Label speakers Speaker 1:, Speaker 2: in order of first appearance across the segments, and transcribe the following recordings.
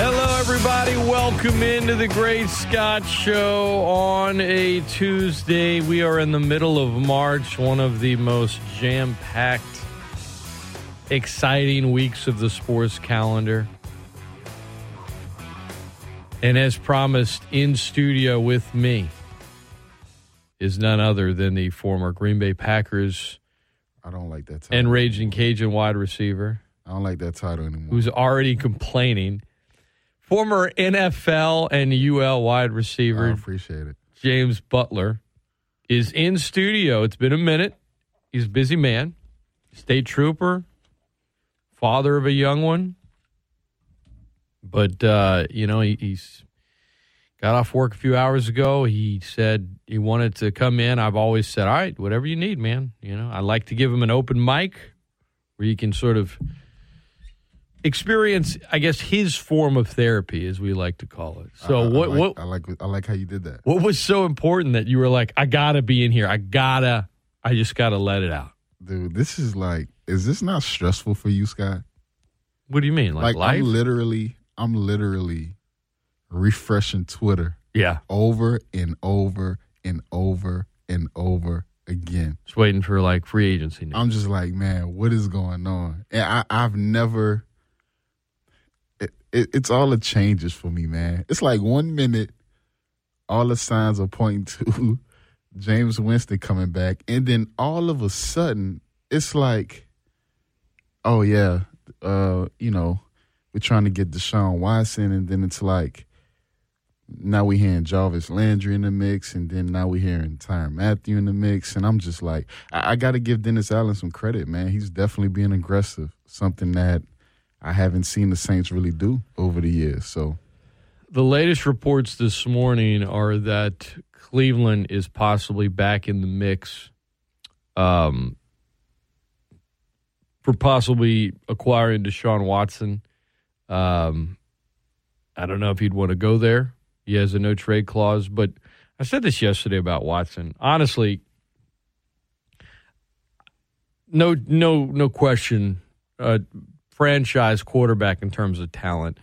Speaker 1: Hello, everybody. Welcome into the Great Scott Show on a Tuesday. We are in the middle of March, one of the most jam packed, exciting weeks of the sports calendar. And as promised, in studio with me is none other than the former Green Bay Packers
Speaker 2: I don't like that title.
Speaker 1: and Raging Cajun wide receiver.
Speaker 2: I don't like that title anymore.
Speaker 1: who's already complaining. Former NFL and UL wide
Speaker 2: I
Speaker 1: receiver
Speaker 2: appreciate it.
Speaker 1: James Butler is in studio. It's been a minute. He's a busy man, state trooper, father of a young one. But, uh, you know, he, he's got off work a few hours ago. He said he wanted to come in. I've always said, all right, whatever you need, man. You know, I like to give him an open mic where you can sort of experience, I guess, his form of therapy, as we like to call it. So,
Speaker 2: I- I
Speaker 1: what,
Speaker 2: like-
Speaker 1: what,
Speaker 2: I like I like how you did that.
Speaker 1: what was so important that you were like, I gotta be in here. I gotta, I just gotta let it out.
Speaker 2: Dude, this is like is this not stressful for you, Scott?
Speaker 1: What do you mean? Like,
Speaker 2: Like,
Speaker 1: life?
Speaker 2: I'm literally I'm literally refreshing Twitter
Speaker 1: yeah.
Speaker 2: over and over and over and over again.
Speaker 1: Just waiting for like free agency news.
Speaker 2: I'm just like, man, what is going on? And I, I've never. It, it, it's all the changes for me, man. It's like one minute, all the signs are pointing to James Winston coming back, and then all of a sudden, it's like, oh yeah, uh, you know, we're trying to get Deshaun Watson, and then it's like, now we hearing Jarvis Landry in the mix, and then now we hearing Tyron Matthew in the mix, and I'm just like, I, I got to give Dennis Allen some credit, man. He's definitely being aggressive, something that I haven't seen the Saints really do over the years. So
Speaker 1: the latest reports this morning are that Cleveland is possibly back in the mix um, for possibly acquiring Deshaun Watson. Um, I don't know if he'd want to go there. He has a no trade clause, but I said this yesterday about Watson. Honestly, no, no, no question. Uh, franchise quarterback in terms of talent.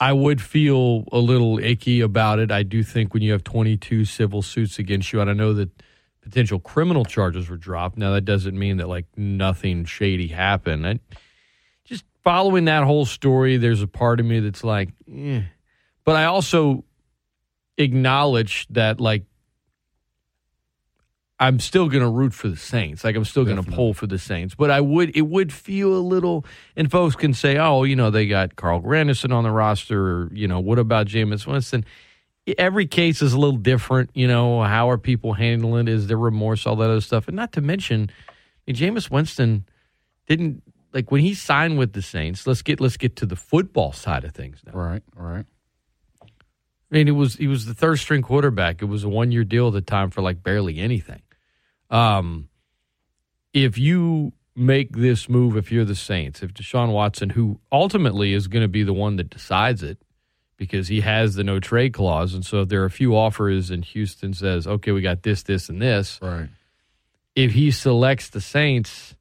Speaker 1: I would feel a little icky about it. I do think when you have 22 civil suits against you, and I know that potential criminal charges were dropped. Now that doesn't mean that like nothing shady happened. I, just following that whole story, there's a part of me that's like, eh. but I also acknowledge that like I'm still going to root for the Saints. Like I'm still going to pull for the Saints, but I would it would feel a little. And folks can say, oh, you know, they got Carl Granderson on the roster. Or, you know, what about Jameis Winston? E, Every case is a little different. You know, how are people handling it? Is there remorse? All that other stuff, and not to mention, I mean, Jameis Winston didn't like when he signed with the Saints. Let's get let's get to the football side of things now.
Speaker 2: right, right,
Speaker 1: I mean, it was he was the third string quarterback. It was a one year deal at the time for like barely anything. Um, if you make this move, if you're the Saints, if Deshaun Watson, who ultimately is going to be the one that decides it, because he has the no trade clause, and so if there are a few offers, and Houston says, "Okay, we got this, this, and this."
Speaker 2: right.
Speaker 1: if he selects the Saints,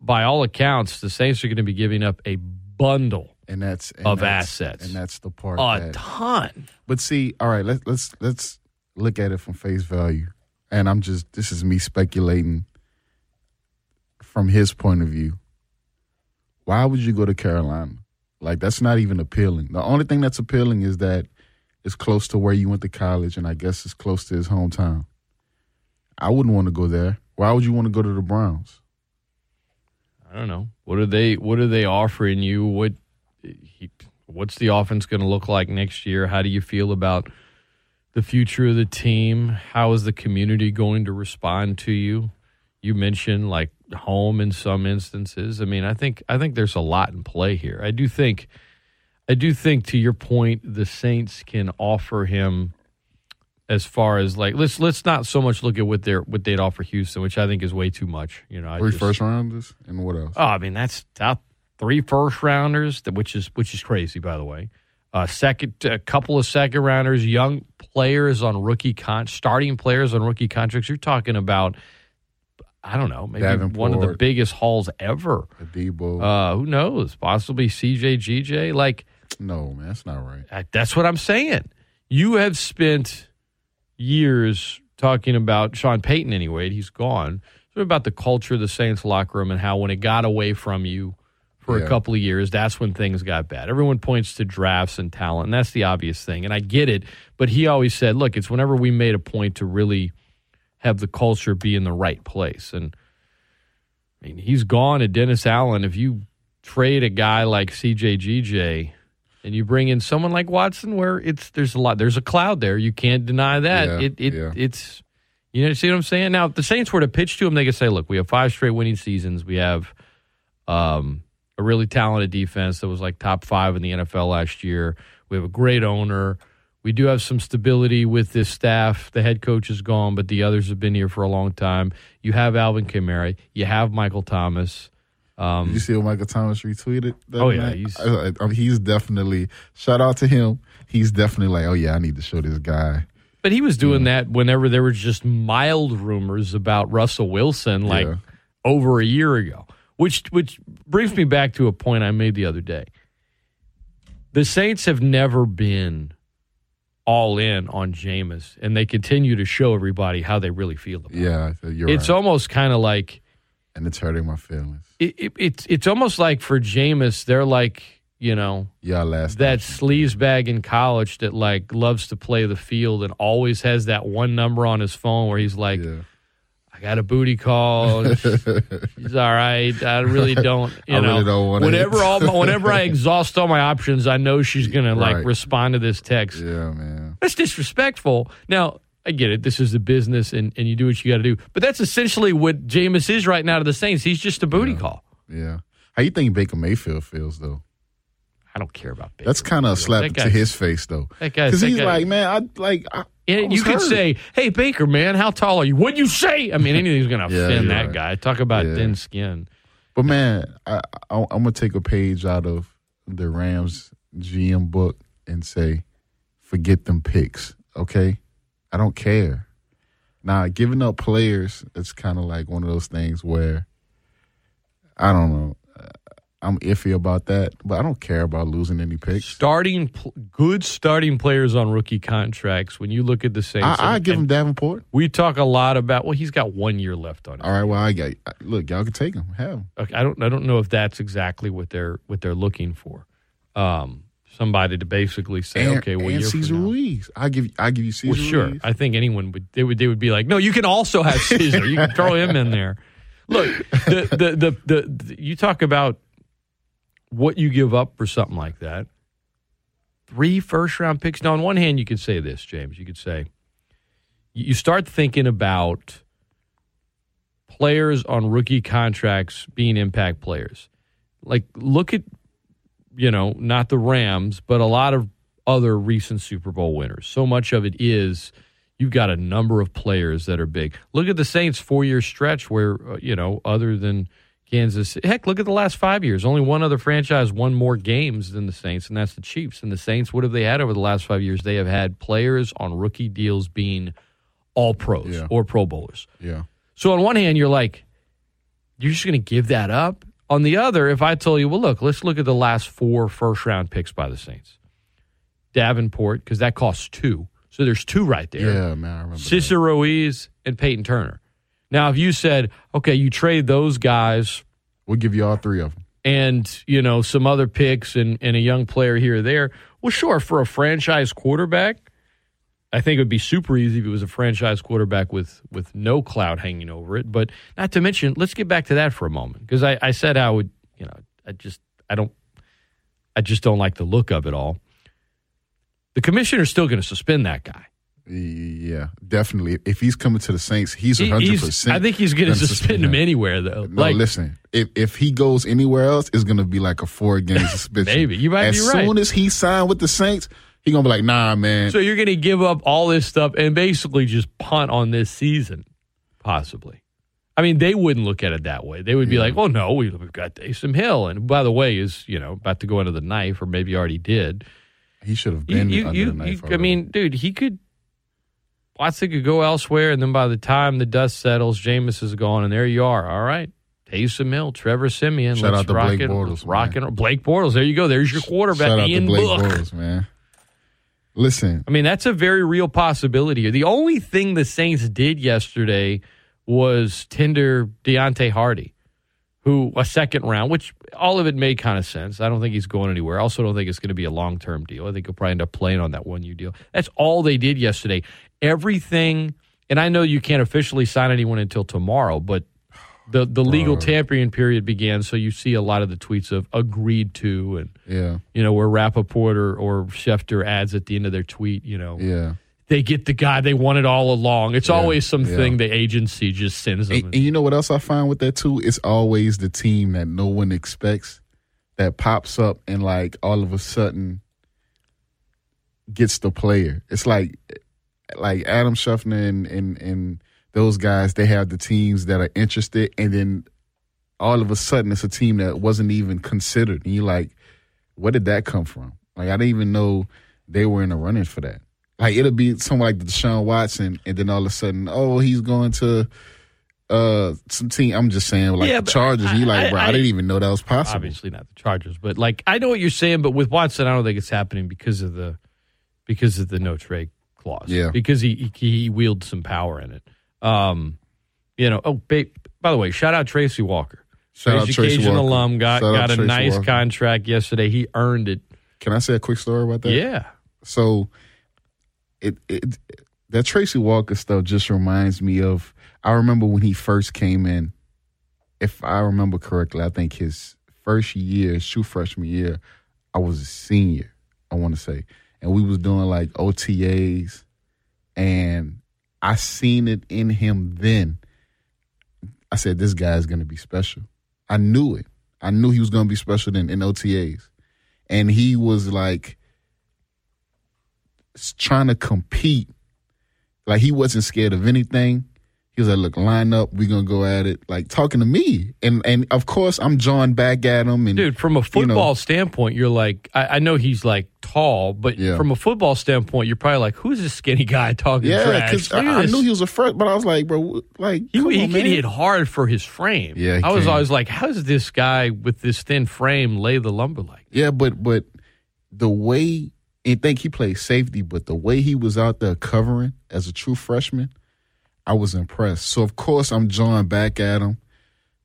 Speaker 1: by all accounts, the Saints are going to be giving up a bundle,
Speaker 2: And that's and
Speaker 1: Of
Speaker 2: that's-
Speaker 1: assets.
Speaker 2: and that's the part.
Speaker 1: a
Speaker 2: that,
Speaker 1: ton.
Speaker 2: But see, all right, let's let's let's look at it from face value. And I'm just this is me speculating from his point of view. Why would you go to Carolina? Like that's not even appealing. The only thing that's appealing is that it's close to where you went to college and I guess it's close to his hometown. I wouldn't want to go there. Why would you want to go to the Browns?
Speaker 1: I don't know what are they what are they offering you? What he, what's the offense going to look like next year? How do you feel about the future of the team? How is the community going to respond to you? You mentioned like home in some instances. I mean, I think I think there's a lot in play here. I do think I do think, to your point, the Saints can offer him as far as like let's let's not so much look at what they're what they'd offer Houston, which I think is way too much. You know, I
Speaker 2: Three
Speaker 1: just-
Speaker 2: first rounders and what else?
Speaker 1: Oh, I mean that's top three first rounders, that- which is which is crazy, by the way. Uh, second, a couple of second rounders, young players on rookie con, starting players on rookie contracts. You're talking about, I don't know, maybe one of the
Speaker 2: Davenport.
Speaker 1: biggest hauls ever.
Speaker 2: Adebo.
Speaker 1: Uh, who knows? Possibly CJ, GJ. Like
Speaker 2: no, man, that's not right.
Speaker 1: I- that's what I'm saying. You have spent years talking about Sean Payton anyway, and he's gone. So about the culture of the Saints locker room and how when it got away from you for
Speaker 2: Yeah.
Speaker 1: a couple of years, that's when things got bad. Everyone points to drafts and talent, and that's the obvious thing. And I get it, but he always said, look, it's whenever we made a point to really have the culture be in the right place. And I mean, he's gone to Dennis Allen. If you trade a guy like CJ GJ and you bring in someone like Watson, where it's there's a lot, there's a cloud there. You can't deny that.
Speaker 2: Yeah,
Speaker 1: it it
Speaker 2: yeah.
Speaker 1: it's you know see what I'm saying. Now, if the Saints were to pitch to him, they could say, "Look, we have five straight winning seasons. We have um, a really talented defense that was like top five in the NFL last year. We have a great owner." We do have some stability with this staff. The head coach is gone, but the others have been here for a long time. You have Alvin Kamara. You have Michael Thomas.
Speaker 2: Did you see what Michael Thomas retweeted? that
Speaker 1: Oh, yeah,
Speaker 2: night?
Speaker 1: he's-
Speaker 2: I- I- I mean, he's definitely shout out to him. He's definitely like, oh yeah, I need to show this guy.
Speaker 1: But he was doing that whenever there were just mild rumors about Russell Wilson, like
Speaker 2: Yeah.
Speaker 1: over a year ago. Which which brings me back to a point I made the other day. The Saints have never been all in on Jameis, and they continue to show everybody how they really feel about it.
Speaker 2: Yeah, you're
Speaker 1: It's
Speaker 2: right.
Speaker 1: almost kind of like
Speaker 2: and it's hurting my feelings.
Speaker 1: it, it, it's it's almost like for Jameis, they're like you know
Speaker 2: Y'all last
Speaker 1: that sleaze bag in college that like loves to play the field and always has that one number on his phone where he's like,
Speaker 2: Yeah.
Speaker 1: I got a booty call. She's all right. I really don't. You
Speaker 2: I
Speaker 1: know,
Speaker 2: really don't want it.
Speaker 1: whenever all my, whenever I exhaust all my options, I know she's gonna
Speaker 2: Right.
Speaker 1: like respond to this text.
Speaker 2: Yeah, man.
Speaker 1: That's disrespectful. Now. I get it. This is the business, and, and you do what you got to do. But that's essentially what Jameis is right now to the Saints. He's just a booty call.
Speaker 2: Yeah. How you think Baker Mayfield feels though?
Speaker 1: I don't care about Baker.
Speaker 2: That's kind of a slap
Speaker 1: That
Speaker 2: to
Speaker 1: guy's-
Speaker 2: his face though,
Speaker 1: that guy's-
Speaker 2: because
Speaker 1: that
Speaker 2: he's
Speaker 1: guy-
Speaker 2: like, man, I like. I, I
Speaker 1: And
Speaker 2: was
Speaker 1: you could
Speaker 2: hurt."
Speaker 1: say, "Hey Baker, man, how tall are you?" What you say? I mean, anything's going to
Speaker 2: Yeah,
Speaker 1: offend
Speaker 2: you're
Speaker 1: that
Speaker 2: right.
Speaker 1: guy. Talk about
Speaker 2: Yeah.
Speaker 1: thin skin.
Speaker 2: But man, I, I I'm gonna take a page out of the Rams GM book and say, forget them picks, okay? I don't care. Now giving up players, it's kind of like one of those things where I don't know. Uh, I'm iffy about that, but I don't care about losing any picks.
Speaker 1: Starting pl- good starting players on rookie contracts. When you look at the Saints,
Speaker 2: I, I
Speaker 1: and-
Speaker 2: give him
Speaker 1: and
Speaker 2: Davenport.
Speaker 1: We talk a lot about. Well, he's got one year left on it.
Speaker 2: All right, well I got look. Y'all can take him. Have him.
Speaker 1: Okay, I don't. I don't know if that's exactly what they're what they're looking for. Um, somebody to basically say,
Speaker 2: And,
Speaker 1: "Okay, well,
Speaker 2: and
Speaker 1: you're
Speaker 2: Cesar Ruiz. I give I give you Cesar
Speaker 1: Well, sure.
Speaker 2: Ruiz.
Speaker 1: I think anyone would they would they would be like, no, you can also have Caesar. you can throw him in there. Look, the the, the the the you talk about what you give up for something like that. Three first round picks. Now, on one hand, you could say this, James. You could say you you start thinking about players on rookie contracts being impact players. Like, look at you know, not the Rams, but a lot of other recent Super Bowl winners. So much of it is you've got a number of players that are big. Look at the Saints' four year stretch where, uh, you know, other than Kansas, heck, look at the last five years. Only one other franchise won more games than the Saints, and that's the Chiefs. And the Saints, what have they had over the last five years? They have had players on rookie deals being all pros
Speaker 2: Yeah.
Speaker 1: or Pro Bowlers.
Speaker 2: Yeah.
Speaker 1: So on one hand, you're like, you're just going to give that up. On the other, if I tell you, well, look, let's look at the last four first round picks by the Saints. Davenport, because that costs two. So there's two right there.
Speaker 2: Yeah, man. I remember. that.
Speaker 1: Cicero Ruiz and Peyton Turner. Now, if you said, okay, you trade those guys
Speaker 2: We'll give you all three of them.
Speaker 1: and you know some other picks and, and a young player here or there. Well, sure, for a franchise quarterback, I think it would be super easy if it was a franchise quarterback with with no cloud hanging over it. But not to mention, let's get back to that for a moment because I, I said I would, you know, I just I don't, I just don't like the look of it all. The commissioner's still going to suspend that guy.
Speaker 2: Yeah, definitely. If he's coming to the Saints, he's
Speaker 1: He-
Speaker 2: hundred
Speaker 1: he's,
Speaker 2: percent.
Speaker 1: I think he's going to suspend him
Speaker 2: him.
Speaker 1: anywhere, though.
Speaker 2: No,
Speaker 1: like,
Speaker 2: listen. If if he goes anywhere else, it's gonna be like a four game suspension.
Speaker 1: Maybe. You might
Speaker 2: as
Speaker 1: be right.
Speaker 2: soon as he signed with the Saints, he gonna be like, nah, man.
Speaker 1: so you're going to give up all this stuff and basically just punt on this season, possibly. I mean, they wouldn't look at it that way. They
Speaker 2: Mm.
Speaker 1: would be like, "Well, no, we- we've got Taysom Hill, and by the way, is you know about to go under the knife, or maybe already did."
Speaker 2: he should have
Speaker 1: You,
Speaker 2: been
Speaker 1: you,
Speaker 2: under
Speaker 1: you,
Speaker 2: the knife.
Speaker 1: you- I
Speaker 2: already.
Speaker 1: mean, dude, he could. Watson could go elsewhere, and then by the time the dust settles, Jameis is gone, and there you are. All right, Taysom Hill, Trevor Simeon,
Speaker 2: Shout
Speaker 1: let's
Speaker 2: out to
Speaker 1: rock
Speaker 2: Blake
Speaker 1: it-
Speaker 2: Bortles,
Speaker 1: let's rock
Speaker 2: man.
Speaker 1: and Blake Bortles. There you go. There's your quarterback,
Speaker 2: shout out
Speaker 1: Ian
Speaker 2: to Blake
Speaker 1: Book.
Speaker 2: Bortles, man. Listen,
Speaker 1: I mean, that's a very real possibility. here. The only thing the Saints did yesterday was tender Deontay Hardy, who a second round, which all of it made kind of sense. I don't think he's going anywhere. I also don't think it's going to be a long term deal. I think he'll probably end up playing on that one year deal. That's all they did yesterday. Everything, and I know you can't officially sign anyone until tomorrow, but the the legal tampering period began, so you see a lot of the tweets of agreed to and
Speaker 2: yeah,
Speaker 1: you know, where Rappaport or, or Schefter adds at the end of their tweet, you know,
Speaker 2: yeah.
Speaker 1: they get the guy they wanted all along. It's always something
Speaker 2: yeah.
Speaker 1: the agency just sends them.
Speaker 2: And, and you know what else I find with that too? It's always the team that no one expects that pops up and like all of a sudden gets the player. It's like like Adam Scheffner and and, and those guys, they have the teams that are interested and then all of a sudden it's a team that wasn't even considered. And you're like, where did that come from? Like I didn't even know they were in the running for that. Like it'll be someone like Deshaun Watson, and then all of a sudden, oh, he's going to uh some team. I'm just saying, like
Speaker 1: Yeah,
Speaker 2: the
Speaker 1: but
Speaker 2: Chargers. And you're
Speaker 1: I-
Speaker 2: like,
Speaker 1: I-
Speaker 2: bro, I,
Speaker 1: I-
Speaker 2: didn't even know that was possible.
Speaker 1: Obviously not the Chargers, but like I know what you're saying, but with Watson, I don't think it's happening because of the because of the no trade clause.
Speaker 2: Yeah.
Speaker 1: because he he, he wields some power in it. Um, you know. Oh, babe, by the way, shout out Tracy Walker.
Speaker 2: Shout out Tracy
Speaker 1: Education
Speaker 2: Walker.
Speaker 1: alum got
Speaker 2: Shout out
Speaker 1: got a
Speaker 2: Tracy
Speaker 1: nice
Speaker 2: Walker.
Speaker 1: contract yesterday. He earned it.
Speaker 2: Can I say a quick story about that?
Speaker 1: Yeah.
Speaker 2: So it it that Tracy Walker stuff just reminds me of I remember when he first came in. If I remember correctly, I think his first year, his true freshman year, I was a senior, I want to say, and we was doing like OTAs, and I seen it in him then. I said, this guy's gonna be special. I knew it. I knew he was gonna be special then in OTAs, and he was like s- trying to compete. Like he wasn't scared of anything. He was like, "Look, line up. We're gonna go at it." Like talking to me, and and of course I'm drawing back at him. And
Speaker 1: dude from a
Speaker 2: you know.
Speaker 1: football standpoint you're like I, I know he's like tall but
Speaker 2: Yeah.
Speaker 1: from a football standpoint you're probably like who's this skinny guy talking
Speaker 2: Yeah,
Speaker 1: trash
Speaker 2: because I,
Speaker 1: Look at
Speaker 2: I
Speaker 1: this.
Speaker 2: knew he was a front, but I was like, bro, wh- like
Speaker 1: he,
Speaker 2: come
Speaker 1: he
Speaker 2: on,
Speaker 1: can
Speaker 2: man.
Speaker 1: hit hard for his frame
Speaker 2: Yeah, he
Speaker 1: i was
Speaker 2: can.
Speaker 1: always like how does this guy with this thin frame lay the lumber like
Speaker 2: Yeah, but but the way and think he played safety, but the way he was out there covering as a true freshman, I was impressed. So of course I'm drawing back at him.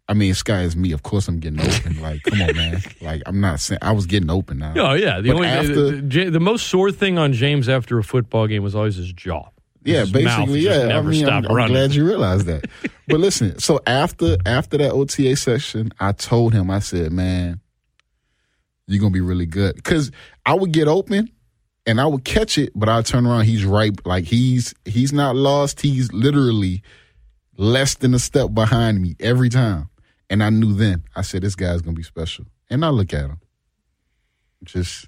Speaker 2: I mean, Sky is me. Of course I'm getting open. Like, come on, man. Like I'm not saying I was getting open now.
Speaker 1: oh yeah the
Speaker 2: But
Speaker 1: only
Speaker 2: after-
Speaker 1: the, the, the most sore thing on james after a football game was always his jaw
Speaker 2: yeah,
Speaker 1: his mouth
Speaker 2: basically,
Speaker 1: just
Speaker 2: yeah.
Speaker 1: never
Speaker 2: I mean,
Speaker 1: stopped
Speaker 2: I'm, I'm
Speaker 1: running.
Speaker 2: glad you realized that. but listen, so after after that OTA session, I told him, I said, man, you're gonna be really good because I would get open and I would catch it, but I would turn around. He's right, like he's he's not lost. He's literally less than a step behind me every time. And I knew then. I said, this guy's gonna be special. And I look at him, just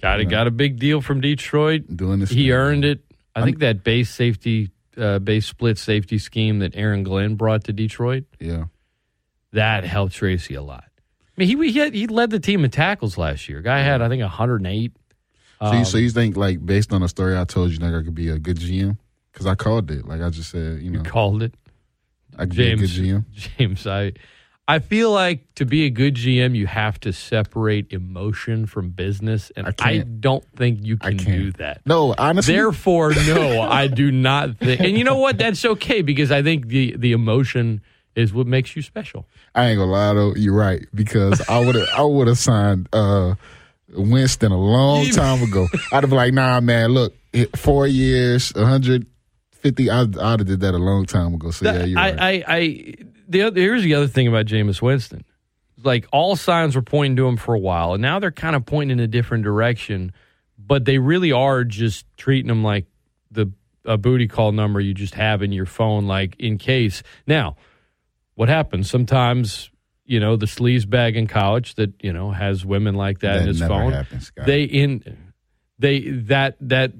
Speaker 1: got it got a big deal from detroit
Speaker 2: doing this.
Speaker 1: he
Speaker 2: thing.
Speaker 1: earned it i think that base safety uh, base split safety scheme that aaron glenn brought to detroit
Speaker 2: Yeah.
Speaker 1: that helped Tracy a lot. I mean, he he, had, he led the team in tackles last year. Guy had I think 108.
Speaker 2: So, you, so
Speaker 1: Um,
Speaker 2: you think like based on the story I told you, like I could be a good GM? Because I called it. Like I just said, you know,
Speaker 1: Called it,
Speaker 2: I could
Speaker 1: James.
Speaker 2: be a good GM.
Speaker 1: James. I I feel like to be a good GM, you have to separate emotion from business, and I,
Speaker 2: can't.
Speaker 1: don't think you
Speaker 2: I
Speaker 1: can
Speaker 2: can't.
Speaker 1: do that.
Speaker 2: No, honestly,
Speaker 1: Therefore, no, I do not think. And you know what? That's okay because I think the the emotion is what makes you special.
Speaker 2: I ain't gonna lie though. You're right because I would have, I would have signed uh, Winston a long time ago. I'd have been like, nah, man, look, it- four years, 150. I, I'd have did that a long time ago. So yeah, you're
Speaker 1: I,
Speaker 2: right.
Speaker 1: I, I, the other, here's the other thing about Jameis Winston. Like all signs were pointing to him for a while, and now they're kind of pointing in a different direction, but they really are just treating him like the a booty call number you just have in your phone, like in case. Now, what happens sometimes? You know, the sleaze bag in college that you know has women like that, in
Speaker 2: That
Speaker 1: his
Speaker 2: never
Speaker 1: phone.
Speaker 2: happened, Scott.
Speaker 1: They in they that that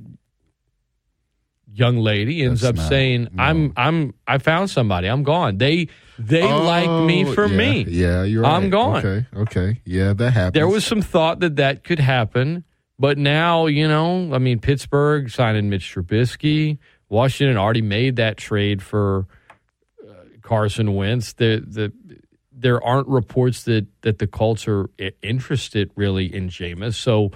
Speaker 1: young lady ends
Speaker 2: That's
Speaker 1: up
Speaker 2: not-
Speaker 1: saying,
Speaker 2: no.
Speaker 1: "I'm I'm I found somebody. I'm gone." They they like me
Speaker 2: Oh,
Speaker 1: for
Speaker 2: yeah,
Speaker 1: me.
Speaker 2: Yeah, you're right.
Speaker 1: I'm gone.
Speaker 2: Okay, okay. Yeah, that happens.
Speaker 1: There was some thought that that could happen, but now you know. I mean, Pittsburgh signing Mitch Trubisky. Washington already made that trade for uh, Carson Wentz. The the there aren't reports that that the Colts are i- interested really in Jameis. So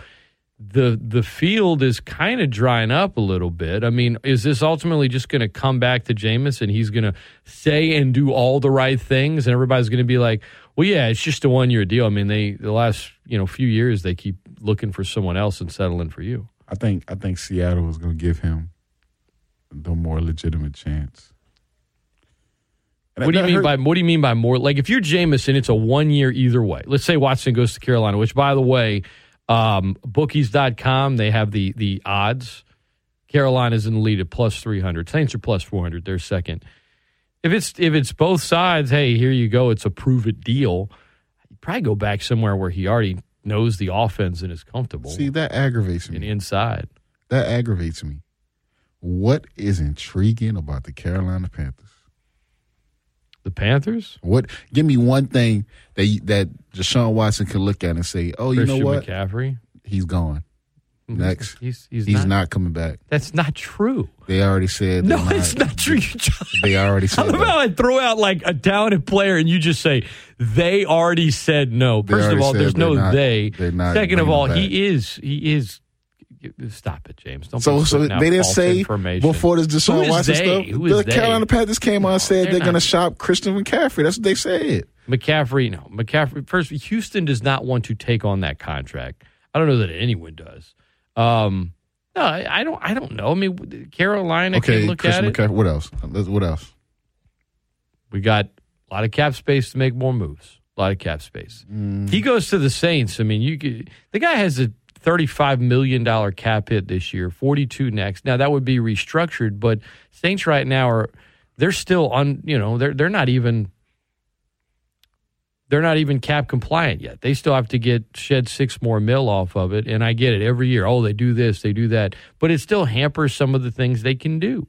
Speaker 1: the the field is kind of drying up a little bit. I mean, is this ultimately just going to come back to Jameis and he's going to say and do all the right things, and everybody's going to be like, "Well, yeah, it's just a one year deal." I mean, they the last you know few years they keep looking for someone else and settling for you.
Speaker 2: I think I think Seattle was going to give him the more legitimate chance. And
Speaker 1: What do you
Speaker 2: that
Speaker 1: mean
Speaker 2: hurt-
Speaker 1: by what do you mean by more? Like if you're Jameis and it's a one year either way. Let's say Watson goes to Carolina, which by the way, um, bookies.com, they have the the odds. Carolina's in the lead at plus three hundred. Saints are plus four hundred. They're second. If it's if it's both sides, hey, here you go. It's a prove it deal. You probably go back somewhere where he already knows the offense and is comfortable
Speaker 2: See, that aggravates
Speaker 1: and
Speaker 2: me.
Speaker 1: inside.
Speaker 2: That aggravates me. What is intriguing about the Carolina Panthers?
Speaker 1: The Panthers,
Speaker 2: What? Give me one thing that you- that Deshaun Watson can look at and say, "Oh, you
Speaker 1: Christian
Speaker 2: know what?
Speaker 1: McCaffrey.
Speaker 2: He's gone. Next,
Speaker 1: he's he's,
Speaker 2: he's
Speaker 1: not,
Speaker 2: not coming back."
Speaker 1: That's not true.
Speaker 2: They already said.
Speaker 1: No,
Speaker 2: they're
Speaker 1: it's not true. You just-
Speaker 2: They already said.
Speaker 1: I love
Speaker 2: that.
Speaker 1: how I throw out like a talented player and you just say they already said no. First of
Speaker 2: already
Speaker 1: all,
Speaker 2: said
Speaker 1: there's
Speaker 2: they're
Speaker 1: no
Speaker 2: not-
Speaker 1: they.
Speaker 2: they're not
Speaker 1: Second of
Speaker 2: bringing
Speaker 1: all,
Speaker 2: him
Speaker 1: he is he is. Stop it, James. Don't
Speaker 2: So,
Speaker 1: be
Speaker 2: so
Speaker 1: putting out
Speaker 2: they didn't
Speaker 1: false
Speaker 2: say
Speaker 1: information.
Speaker 2: before this
Speaker 1: Who
Speaker 2: Deshaun
Speaker 1: is
Speaker 2: Watson
Speaker 1: they?
Speaker 2: stuff.
Speaker 1: Who is
Speaker 2: the
Speaker 1: they?
Speaker 2: Carolina Panthers came out and said
Speaker 1: they're
Speaker 2: they're, going to
Speaker 1: not.
Speaker 2: shop Christian McCaffrey. That's what they said.
Speaker 1: McCaffrey. No, McCaffrey. First, Houston does not want to take on that contract. I don't know that anyone does. Um, no, I, I don't. I don't know. I mean, Carolina
Speaker 2: Okay,
Speaker 1: can look
Speaker 2: Christian
Speaker 1: at it.
Speaker 2: McCaffrey. What else? Let's- What else?
Speaker 1: We got a lot of cap space to make more moves. A lot of cap space. He goes to the Saints. I mean, you could, the guy has a thirty-five million dollar cap hit this year, forty-two next. Now that would be restructured, but Saints right now are they're still on. You know, they're they're not even they're not even cap compliant yet. They still have to get shed six more mil off of it. And I get it every year. Oh, they do this, they do that, but it still hampers some of the things they can do.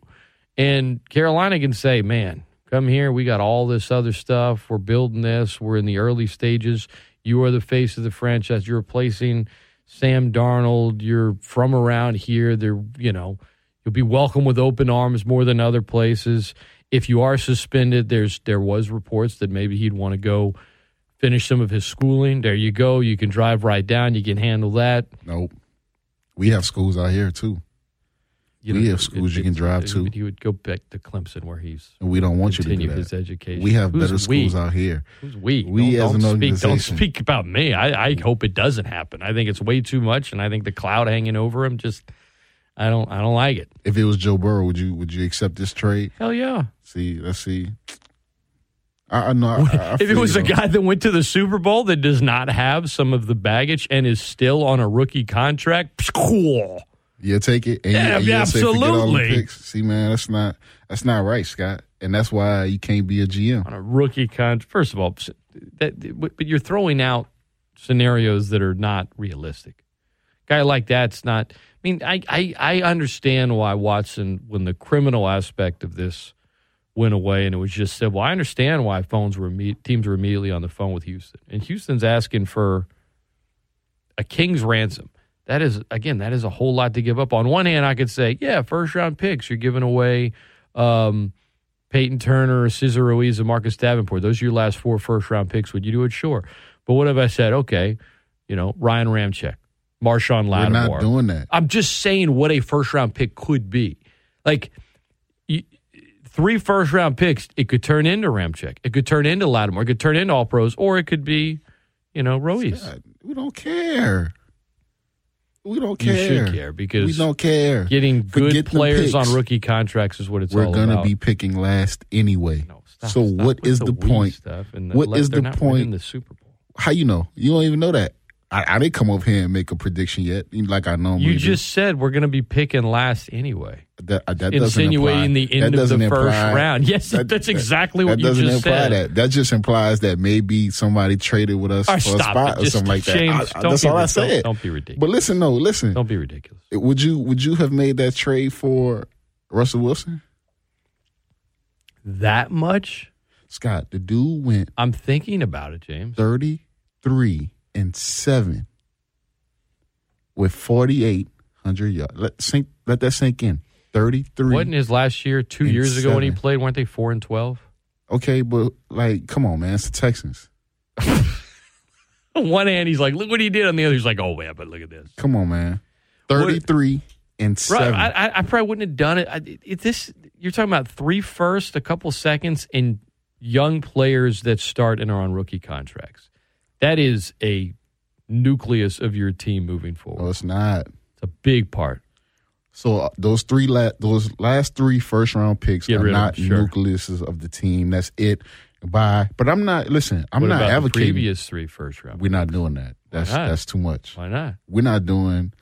Speaker 1: And Carolina can say, man, come here. We got all this other stuff. We're building this. We're in the early stages. You are the face of the franchise. You're replacing Sam Darnold. You're from around here. They're, you know, you'll be welcome with open arms more than other places. If you are suspended, there's there was reports that maybe he'd want to go finish some of his schooling. There you go. You can drive right down. You can handle that.
Speaker 2: Nope. We have schools out here too,
Speaker 1: You
Speaker 2: We have schools you can drive to.
Speaker 1: He would go back to Clemson where he's
Speaker 2: and we don't want you
Speaker 1: continue
Speaker 2: to do
Speaker 1: his
Speaker 2: that.
Speaker 1: education.
Speaker 2: We have
Speaker 1: Who's
Speaker 2: better schools
Speaker 1: we?
Speaker 2: out here.
Speaker 1: Who's we?
Speaker 2: We
Speaker 1: don't,
Speaker 2: as
Speaker 1: don't
Speaker 2: an
Speaker 1: speak, don't
Speaker 2: organization.
Speaker 1: speak about me. I, I hope it doesn't happen. I think it's way too much, and I think the cloud hanging over him just I don't I don't like it.
Speaker 2: If it was Joe Burrow, would you would you accept this trade?
Speaker 1: Hell yeah.
Speaker 2: See, let's see. I, I know. I, I- I
Speaker 1: if
Speaker 2: feel
Speaker 1: it was
Speaker 2: you,
Speaker 1: a
Speaker 2: though.
Speaker 1: guy that went to the Super Bowl that does not have some of the baggage and is still on a rookie contract, psh, cool.
Speaker 2: you take it. And you-
Speaker 1: Yeah,
Speaker 2: and you
Speaker 1: yeah,
Speaker 2: say forget all the
Speaker 1: absolutely.
Speaker 2: picks. See, man, that's not that's not right, Scott, and that's why you can't be a GM.
Speaker 1: on a rookie contract. First of all, s- that, but you're throwing out scenarios that are not realistic. Guy like that's not. I mean, I, I I understand why Watson, when the criminal aspect of this went away, and it was just said. Well, I understand why phones were imme- teams were immediately on the phone with Houston, and Houston's asking for a king's ransom. That is again, that is a whole lot to give up. On one hand, I could say, yeah, first round picks, you're giving away. Um, Peyton Turner, Cesar Ruiz, and Marcus Davenport. Those are your last four first round picks. Would you do it? Sure. But what if I said, okay, you know, Ryan Ramchek, Marshawn
Speaker 2: We're
Speaker 1: Lattimore?
Speaker 2: not doing that.
Speaker 1: I'm just saying what a first round pick could be. Like you, three first round picks, it could turn into Ramchek, it could turn into Lattimore, it could turn into All Pros, or it could be, you know, Ruiz.
Speaker 2: God, we don't care. We don't
Speaker 1: You
Speaker 2: care.
Speaker 1: should care
Speaker 2: We
Speaker 1: because
Speaker 2: don't care.
Speaker 1: getting good
Speaker 2: Forget them
Speaker 1: players on
Speaker 2: picks.
Speaker 1: rookie contracts is what it's
Speaker 2: We're
Speaker 1: all
Speaker 2: gonna
Speaker 1: about.
Speaker 2: be picking last anyway.
Speaker 1: No, stop,
Speaker 2: so
Speaker 1: stop
Speaker 2: what
Speaker 1: with
Speaker 2: is the,
Speaker 1: we
Speaker 2: point?
Speaker 1: Stuff and
Speaker 2: What
Speaker 1: let-
Speaker 2: is
Speaker 1: they're
Speaker 2: the
Speaker 1: not winning
Speaker 2: point?
Speaker 1: The Super Bowl.
Speaker 2: How you know? You don't even know that. I, I didn't come over here and make a prediction yet. Like I normally
Speaker 1: You
Speaker 2: do.
Speaker 1: just said we're going to be picking last anyway.
Speaker 2: that, uh, that doesn't
Speaker 1: insinuating
Speaker 2: imply-
Speaker 1: the end
Speaker 2: that
Speaker 1: of
Speaker 2: doesn't
Speaker 1: the first
Speaker 2: imply-
Speaker 1: round. Yes, that's exactly what
Speaker 2: that
Speaker 1: you
Speaker 2: doesn't
Speaker 1: just
Speaker 2: imply
Speaker 1: said.
Speaker 2: That that just implies that maybe somebody traded with us
Speaker 1: Oh,
Speaker 2: for a
Speaker 1: stop
Speaker 2: spot
Speaker 1: it.
Speaker 2: or
Speaker 1: Just-
Speaker 2: something like that. I-
Speaker 1: James,
Speaker 2: I-
Speaker 1: don't
Speaker 2: that's
Speaker 1: be
Speaker 2: all I
Speaker 1: rid- don't-
Speaker 2: said.
Speaker 1: don't be ridiculous.
Speaker 2: But listen, no, listen.
Speaker 1: Don't be ridiculous.
Speaker 2: Would you would you have made that trade for Russell
Speaker 1: Hmm.
Speaker 2: Wilson?
Speaker 1: That much?
Speaker 2: Scott, the dude went
Speaker 1: I'm thinking about it, James.
Speaker 2: thirty three and seven with forty eight hundred yards. Let sink. Let that sink in. Thirty
Speaker 1: Wasn't
Speaker 2: three.
Speaker 1: his last year two
Speaker 2: and
Speaker 1: years ago when he
Speaker 2: seven.
Speaker 1: played? Weren't they four and twelve?
Speaker 2: Okay, but like, come on, man, it's the Texans.
Speaker 1: On one hand, he's like, "Look what he did." On the other, he's like, "Oh man, but look at this."
Speaker 2: Come on, man. Thirty three and
Speaker 1: Right?
Speaker 2: seven.
Speaker 1: I, I- I probably wouldn't have done it. I, it. This you're talking about three first, a couple seconds, and young players that start and are on rookie contracts. That is a nucleus of your team moving forward.
Speaker 2: no, it's not.
Speaker 1: It's a big part.
Speaker 2: So uh, those three, la- those last three first round picks
Speaker 1: Get
Speaker 2: are
Speaker 1: rid of
Speaker 2: not
Speaker 1: them, sure.
Speaker 2: nucleuses of the team. That's it. Bye. But I'm not. Listen, I'm
Speaker 1: what
Speaker 2: not
Speaker 1: about the
Speaker 2: advocating.
Speaker 1: previous three first round?
Speaker 2: We're not doing that. That's
Speaker 1: not?
Speaker 2: that's too much.
Speaker 1: Why not?
Speaker 2: We're not doing.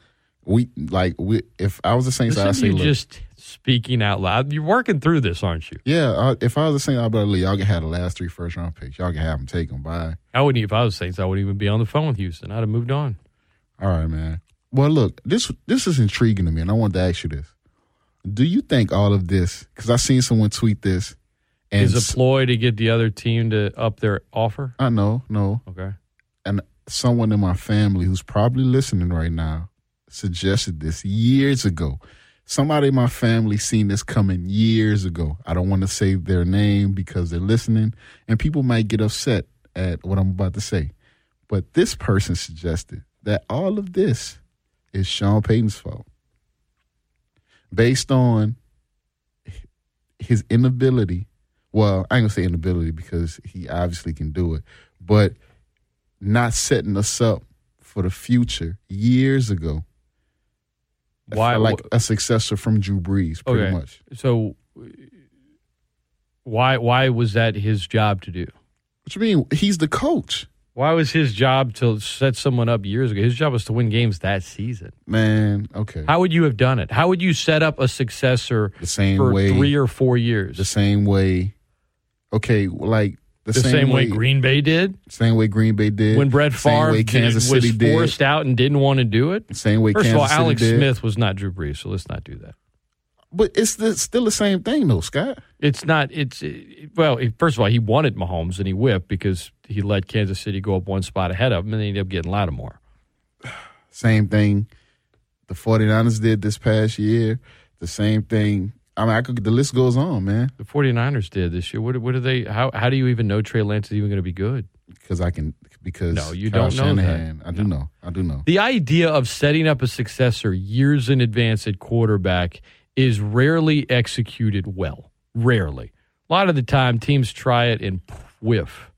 Speaker 2: We like we. If I was the Saints,
Speaker 1: Listen,
Speaker 2: I'd say,
Speaker 1: you
Speaker 2: look,
Speaker 1: just speaking out loud. You're working through this, aren't you?
Speaker 2: yeah. I, if I was the Saints, I'd be like, look, y'all can have the last three first round picks. Y'all can have them. Take them. Bye.
Speaker 1: I wouldn't. e, If I was Saints, I wouldn't even be on the phone with Houston. I'd have moved on.
Speaker 2: All right, man. Well, look, this this is intriguing to me, and I wanted to ask you this. Do you think all of this? Because I seen someone tweet this, and
Speaker 1: Is
Speaker 2: s-
Speaker 1: a ploy to get the other team to up their offer?
Speaker 2: I know, no,
Speaker 1: Okay.
Speaker 2: and someone in my family who's probably listening right now suggested this years ago. Somebody in my family seen this coming years ago. I don't want to say their name because they're listening and people might get upset at what I'm about to say. But this person suggested that all of this is Sean Payton's fault. Based on his inability, well, I ain't gonna say inability because he obviously can do it, but not setting us up for the future years ago.
Speaker 1: Why?
Speaker 2: for like a successor from Drew Brees, pretty
Speaker 1: Okay.
Speaker 2: much.
Speaker 1: So, why why was that his job to do?
Speaker 2: What you mean? He's the coach,
Speaker 1: Why was his job to set someone up years ago? His job was to win games that season.
Speaker 2: man. Okay,
Speaker 1: How would you have done it? How would you set up a successor
Speaker 2: the same
Speaker 1: for
Speaker 2: way,
Speaker 1: three or four years?
Speaker 2: the same way. Okay, like the,
Speaker 1: The same, way, Green Bay did
Speaker 2: same way Green Bay did
Speaker 1: when Brett
Speaker 2: same
Speaker 1: Favre
Speaker 2: way
Speaker 1: did-
Speaker 2: Kansas
Speaker 1: was
Speaker 2: City
Speaker 1: forced out and didn't want to do it.
Speaker 2: did, same way
Speaker 1: First of
Speaker 2: Kansas
Speaker 1: all, Alex
Speaker 2: City did.
Speaker 1: Smith was not Drew Brees, so let's not do that.
Speaker 2: But it's the, still the same thing, though, Scott.
Speaker 1: It's not. It's it- well. it- First of all, he wanted Mahomes and he whipped because he let Kansas City go up one spot ahead of him, and they ended up getting Lattimore.
Speaker 2: Same thing the 49ers did this past year. The same thing. I mean, I could. The list goes on, man.
Speaker 1: The 49ers did this year. What, what are they? How, how do you even know Trey Lance is even going to be good?
Speaker 2: Because I can. Because
Speaker 1: No, you
Speaker 2: Kyle
Speaker 1: don't know that.
Speaker 2: Shanahan, I do know. I do know.
Speaker 1: The idea of setting up a successor years in advance at quarterback is rarely executed well. Rarely. A lot of the time, teams try it and whiff.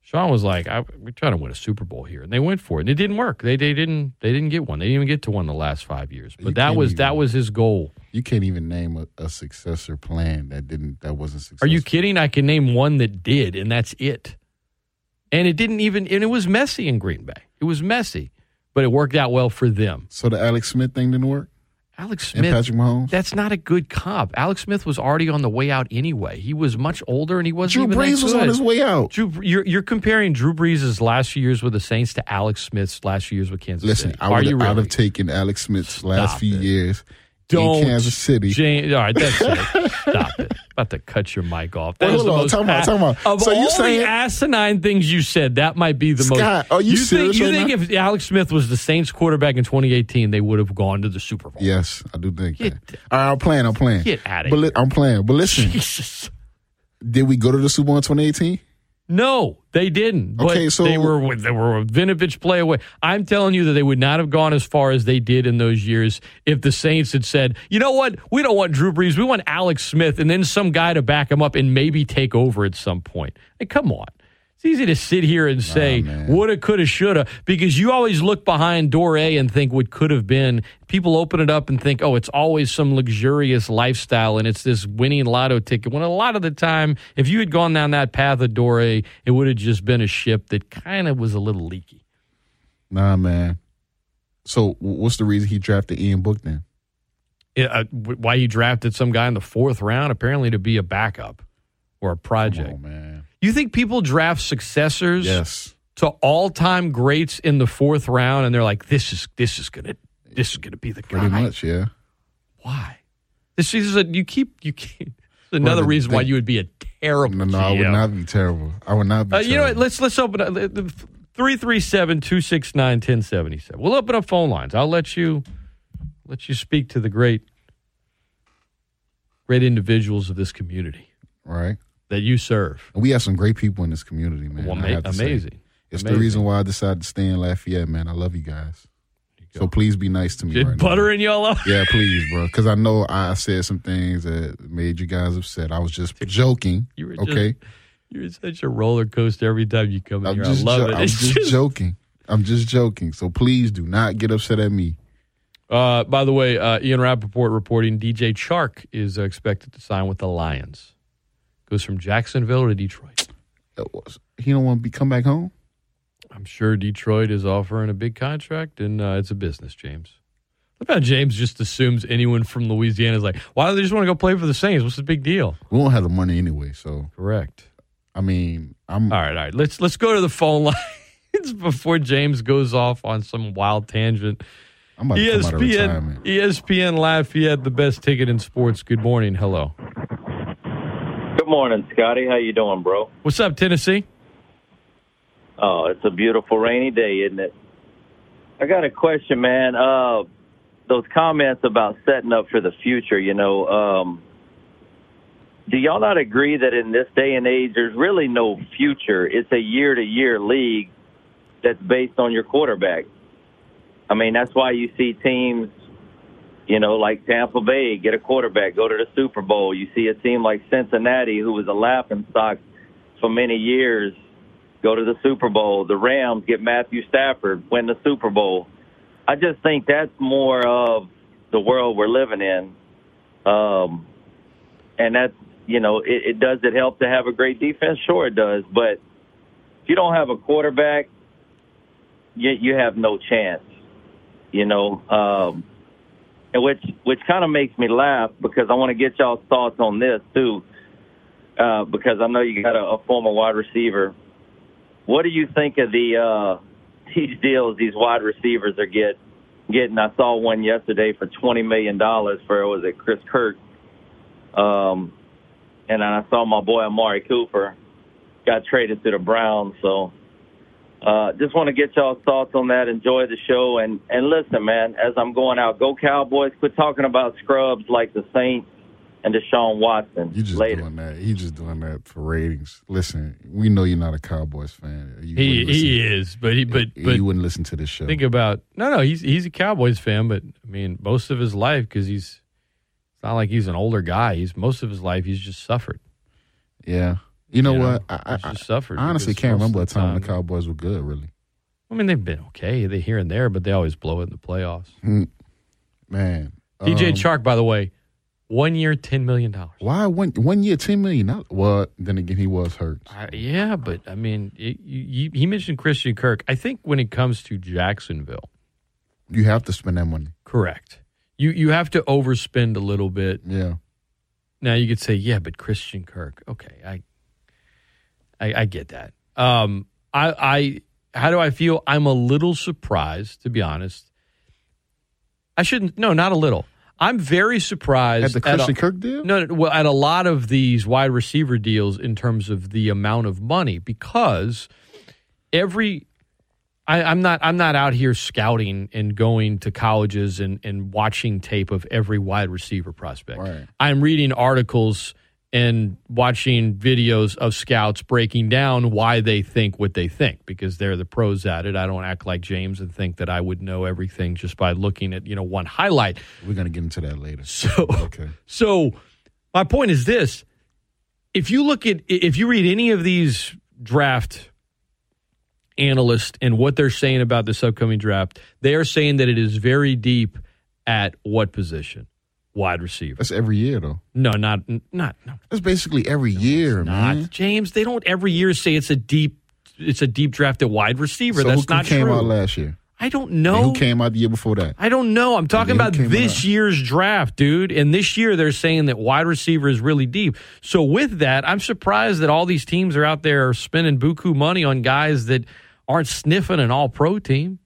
Speaker 1: Sean was like, I, "We're trying to win a Super Bowl here," and they went for it, and it didn't work. They they didn't they didn't get one. They didn't even get to one the last five years. But
Speaker 2: You
Speaker 1: that
Speaker 2: can't
Speaker 1: was
Speaker 2: even-
Speaker 1: that was his goal.
Speaker 2: You can't even name a, a successor plan that didn't. That wasn't
Speaker 1: Are
Speaker 2: successful.
Speaker 1: you kidding? I can name one that did, and that's it. And it didn't even, and it was messy in Green Bay. It was messy, but it worked out well for them.
Speaker 2: So the Alex Smith thing didn't work.
Speaker 1: Alex
Speaker 2: And
Speaker 1: Smith,
Speaker 2: Patrick Mahomes.
Speaker 1: that's not a good comp. Alex Smith was already on the way out anyway. He was much older, and he wasn't
Speaker 2: Drew
Speaker 1: even that
Speaker 2: Brees was
Speaker 1: good.
Speaker 2: on his way out.
Speaker 1: Drew, you're, you're comparing Drew Brees' last few years with the Saints to Alex Smith's last few years with Kansas
Speaker 2: Listen,
Speaker 1: City.
Speaker 2: I
Speaker 1: Are
Speaker 2: would
Speaker 1: you
Speaker 2: I'd
Speaker 1: really?
Speaker 2: have taken Alex Smith's
Speaker 1: Stop
Speaker 2: last few
Speaker 1: it.
Speaker 2: years
Speaker 1: Don't
Speaker 2: in Kansas City.
Speaker 1: Jane, all right, that's it. Stop it. About to cut your mic off. That
Speaker 2: Wait,
Speaker 1: was
Speaker 2: hold on.
Speaker 1: the most
Speaker 2: Time out,
Speaker 1: a-
Speaker 2: time out.
Speaker 1: Of
Speaker 2: So you
Speaker 1: all
Speaker 2: saying-
Speaker 1: the asinine things you said, that might be the
Speaker 2: Scott,
Speaker 1: most.
Speaker 2: are you
Speaker 1: think,
Speaker 2: serious
Speaker 1: You
Speaker 2: right
Speaker 1: think
Speaker 2: now?
Speaker 1: if Alex Smith was the Saints quarterback in 2018, they would have gone to the Super Bowl?
Speaker 2: Yes, I do think
Speaker 1: Get-
Speaker 2: that. All right, I'm playing. I'm playing.
Speaker 1: Get outta
Speaker 2: But li-
Speaker 1: here.
Speaker 2: I'm playing. But listen,
Speaker 1: Jesus.
Speaker 2: did we go to the Super Bowl in 2018?
Speaker 1: No, they didn't. But
Speaker 2: Okay, so-
Speaker 1: they were they were a Vinovich play away. I'm telling you that they would not have gone as far as they did in those years if the Saints had said, "You know what? We don't want Drew Brees. We want Alex Smith, and then some guy to back him up and maybe take over at some point." Like, come on. It's easy to sit here and say
Speaker 2: man.
Speaker 1: woulda, coulda, shoulda because you always look behind door A and think what could have been. People open it up and think, oh, it's always some luxurious lifestyle and it's this winning lotto ticket. When a lot of the time, if you had gone down that path of door A, it would have just been a ship that kind of was a little leaky.
Speaker 2: Nah, man. So w- what's the reason he drafted Ian Book then?
Speaker 1: Yeah, uh, w- why you drafted some guy in the fourth round apparently to be a backup or a project.
Speaker 2: Oh man.
Speaker 1: You think people draft successors
Speaker 2: Yes.
Speaker 1: to all-time greats in the fourth round, and they're like, "This is this is gonna this is gonna be the
Speaker 2: Pretty
Speaker 1: guy."
Speaker 2: much, yeah.
Speaker 1: Why? This is a you keep you keep. it's Another
Speaker 2: the
Speaker 1: reason why
Speaker 2: thing-
Speaker 1: you would be a terrible.
Speaker 2: No, no, I would
Speaker 1: GM.
Speaker 2: not be terrible. I would not be
Speaker 1: Uh, you know what?
Speaker 2: terrible.
Speaker 1: Let's let's open up 337 269 1077. We'll open up phone lines. I'll let you let you speak to the great great individuals of this community
Speaker 2: right?
Speaker 1: that you serve.
Speaker 2: And we have some great people in this community, man.
Speaker 1: well,
Speaker 2: I
Speaker 1: ma-
Speaker 2: have to say.
Speaker 1: amazing.
Speaker 2: It's the
Speaker 1: Amazing.
Speaker 2: reason why I decided to stay in Lafayette, man. I love you guys.
Speaker 1: go.
Speaker 2: so please be nice to me.
Speaker 1: Just
Speaker 2: right now.
Speaker 1: buttering y'all up.
Speaker 2: Yeah, please, bro. Because I know I said some things that made you guys upset. I was just joking.
Speaker 1: You were just-
Speaker 2: okay,
Speaker 1: You're such a roller coaster every time you come in
Speaker 2: I'm
Speaker 1: here.
Speaker 2: just,
Speaker 1: I love
Speaker 2: jo-
Speaker 1: it.
Speaker 2: I'm
Speaker 1: It's
Speaker 2: just
Speaker 1: just-
Speaker 2: joking. I'm just joking. So please do not get upset at me.
Speaker 1: Uh, by the way, uh, Ian Rappaport reporting DJ Chark is uh, expected to sign with the Lions. Goes from Jacksonville to Detroit.
Speaker 2: That was- Uh, He don't want to be come back home.
Speaker 1: I'm sure Detroit is offering a big contract, and uh, it's a business, James. What about James just assumes anyone from Louisiana is like, why do they just want to go play for the Saints? What's the big deal?
Speaker 2: We won't have the money anyway. So
Speaker 1: Correct.
Speaker 2: I mean, I'm
Speaker 1: All right, all right. Let's let's go to the phone lines before James goes off on some wild tangent. E
Speaker 2: I'm about to come out
Speaker 1: ESPN,
Speaker 2: of retirement.
Speaker 1: ESPN Lafayette, the best ticket in sports. Good morning. Hello.
Speaker 3: Good morning, Scotty. How you doing, bro?
Speaker 1: What's up, Tennessee?
Speaker 3: Oh, it's a beautiful rainy day, isn't it? I got a question, man. Uh, those comments about setting up for the future, you know, um, do y'all not agree that in this day and age, there's really no future? It's a year to year league that's based on your quarterback. I mean, that's why you see teams, you know, like Tampa Bay get a quarterback, go to the Super Bowl. You see a team like Cincinnati, who was a laughing stock for many years, go to the Super Bowl. The Rams get Matthew Stafford, win the Super Bowl. I just think that's more of the world we're living in. Um, and that's, you know, it, it does it help to have a great defense? Sure, it does. But if you don't have a quarterback, you, you have no chance, you know. Um, and which which kind of makes me laugh because I want to get y'all's thoughts on this too, uh, because I know you got a, a former wide receiver what do you think of the uh, these deals these wide receivers are get getting? I saw one yesterday for twenty million dollars for was it Chris Kirk, um, and I saw my boy Amari Cooper got traded to the Browns. So uh, just want to get y'all's thoughts on that. Enjoy the show and and listen, man. As I'm going out, go Cowboys. Quit talking about scrubs like the Saints and Deshaun Watson.
Speaker 2: You just
Speaker 3: Later.
Speaker 2: doing that. He just doing that for ratings. Listen, we know you're not a Cowboys fan. You
Speaker 1: He
Speaker 2: wouldn't listen-
Speaker 1: he is, but he but
Speaker 2: you
Speaker 1: but
Speaker 2: wouldn't listen to this show.
Speaker 1: think about no no he's he's a Cowboys fan, but I mean most of his life because he's it's not like he's an older guy. He's most of his life he's just suffered.
Speaker 2: yeah. You know
Speaker 1: you know?
Speaker 2: what? I,
Speaker 1: He's
Speaker 2: I,
Speaker 1: just suffered.
Speaker 2: I honestly
Speaker 1: because
Speaker 2: can't
Speaker 1: most
Speaker 2: remember a
Speaker 1: of the
Speaker 2: time, when the Cowboys were good, really.
Speaker 1: I mean they've been okay, they here and there, but they always blow it in the playoffs.
Speaker 2: Man.
Speaker 1: DJ
Speaker 2: um,
Speaker 1: Chark, by the way, one year, ten million dollars.
Speaker 2: Why one one year ten million dollars? Well, then again, he was hurt.
Speaker 1: Yeah, but I mean, it, you, you, he mentioned Christian Kirk. I think when it comes to Jacksonville.
Speaker 2: You have to spend that money.
Speaker 1: Correct. You you have to overspend a little bit.
Speaker 2: Yeah,
Speaker 1: Now you could say, yeah, but Christian Kirk. Okay, I I, I get that. Um, I I how do I feel? I'm a little surprised, to be honest. I shouldn't. No, not a little. I'm very surprised
Speaker 2: at the
Speaker 1: a-
Speaker 2: Christian Kirk deal.
Speaker 1: no, no, well, at a lot of these wide receiver deals in terms of the amount of money, because every I, I'm not I'm not out here scouting and going to colleges and, and watching tape of every wide receiver prospect.
Speaker 2: Right.
Speaker 1: I'm reading articles and watching videos of scouts breaking down why they think what they think because they're the pros at it. I don't act like James and think that I would know everything just by looking at, you know, one highlight.
Speaker 2: We're gonna get into that later.
Speaker 1: So
Speaker 2: Okay,
Speaker 1: so my point is this: if you look at if you read any of these draft analysts and what they're saying about this upcoming draft, they are saying that it is very deep at what position? Wide receiver.
Speaker 2: that's every year though.
Speaker 1: No, not not no.
Speaker 2: That's basically every year,
Speaker 1: Not
Speaker 2: man.
Speaker 1: James. They don't every year say it's a deep it's a deep draft at wide receiver.
Speaker 2: so
Speaker 1: That's
Speaker 2: who
Speaker 1: not
Speaker 2: came
Speaker 1: true.
Speaker 2: out last year?
Speaker 1: I don't
Speaker 2: And
Speaker 1: know.
Speaker 2: Who came out the year before that?
Speaker 1: I don't know. I'm talking
Speaker 2: And who
Speaker 1: about
Speaker 2: came
Speaker 1: this
Speaker 2: up?
Speaker 1: year's draft, dude. And this year they're saying that wide receiver is really deep. So with that, I'm surprised that all these teams are out there spending buku money on guys that aren't sniffing an all pro team.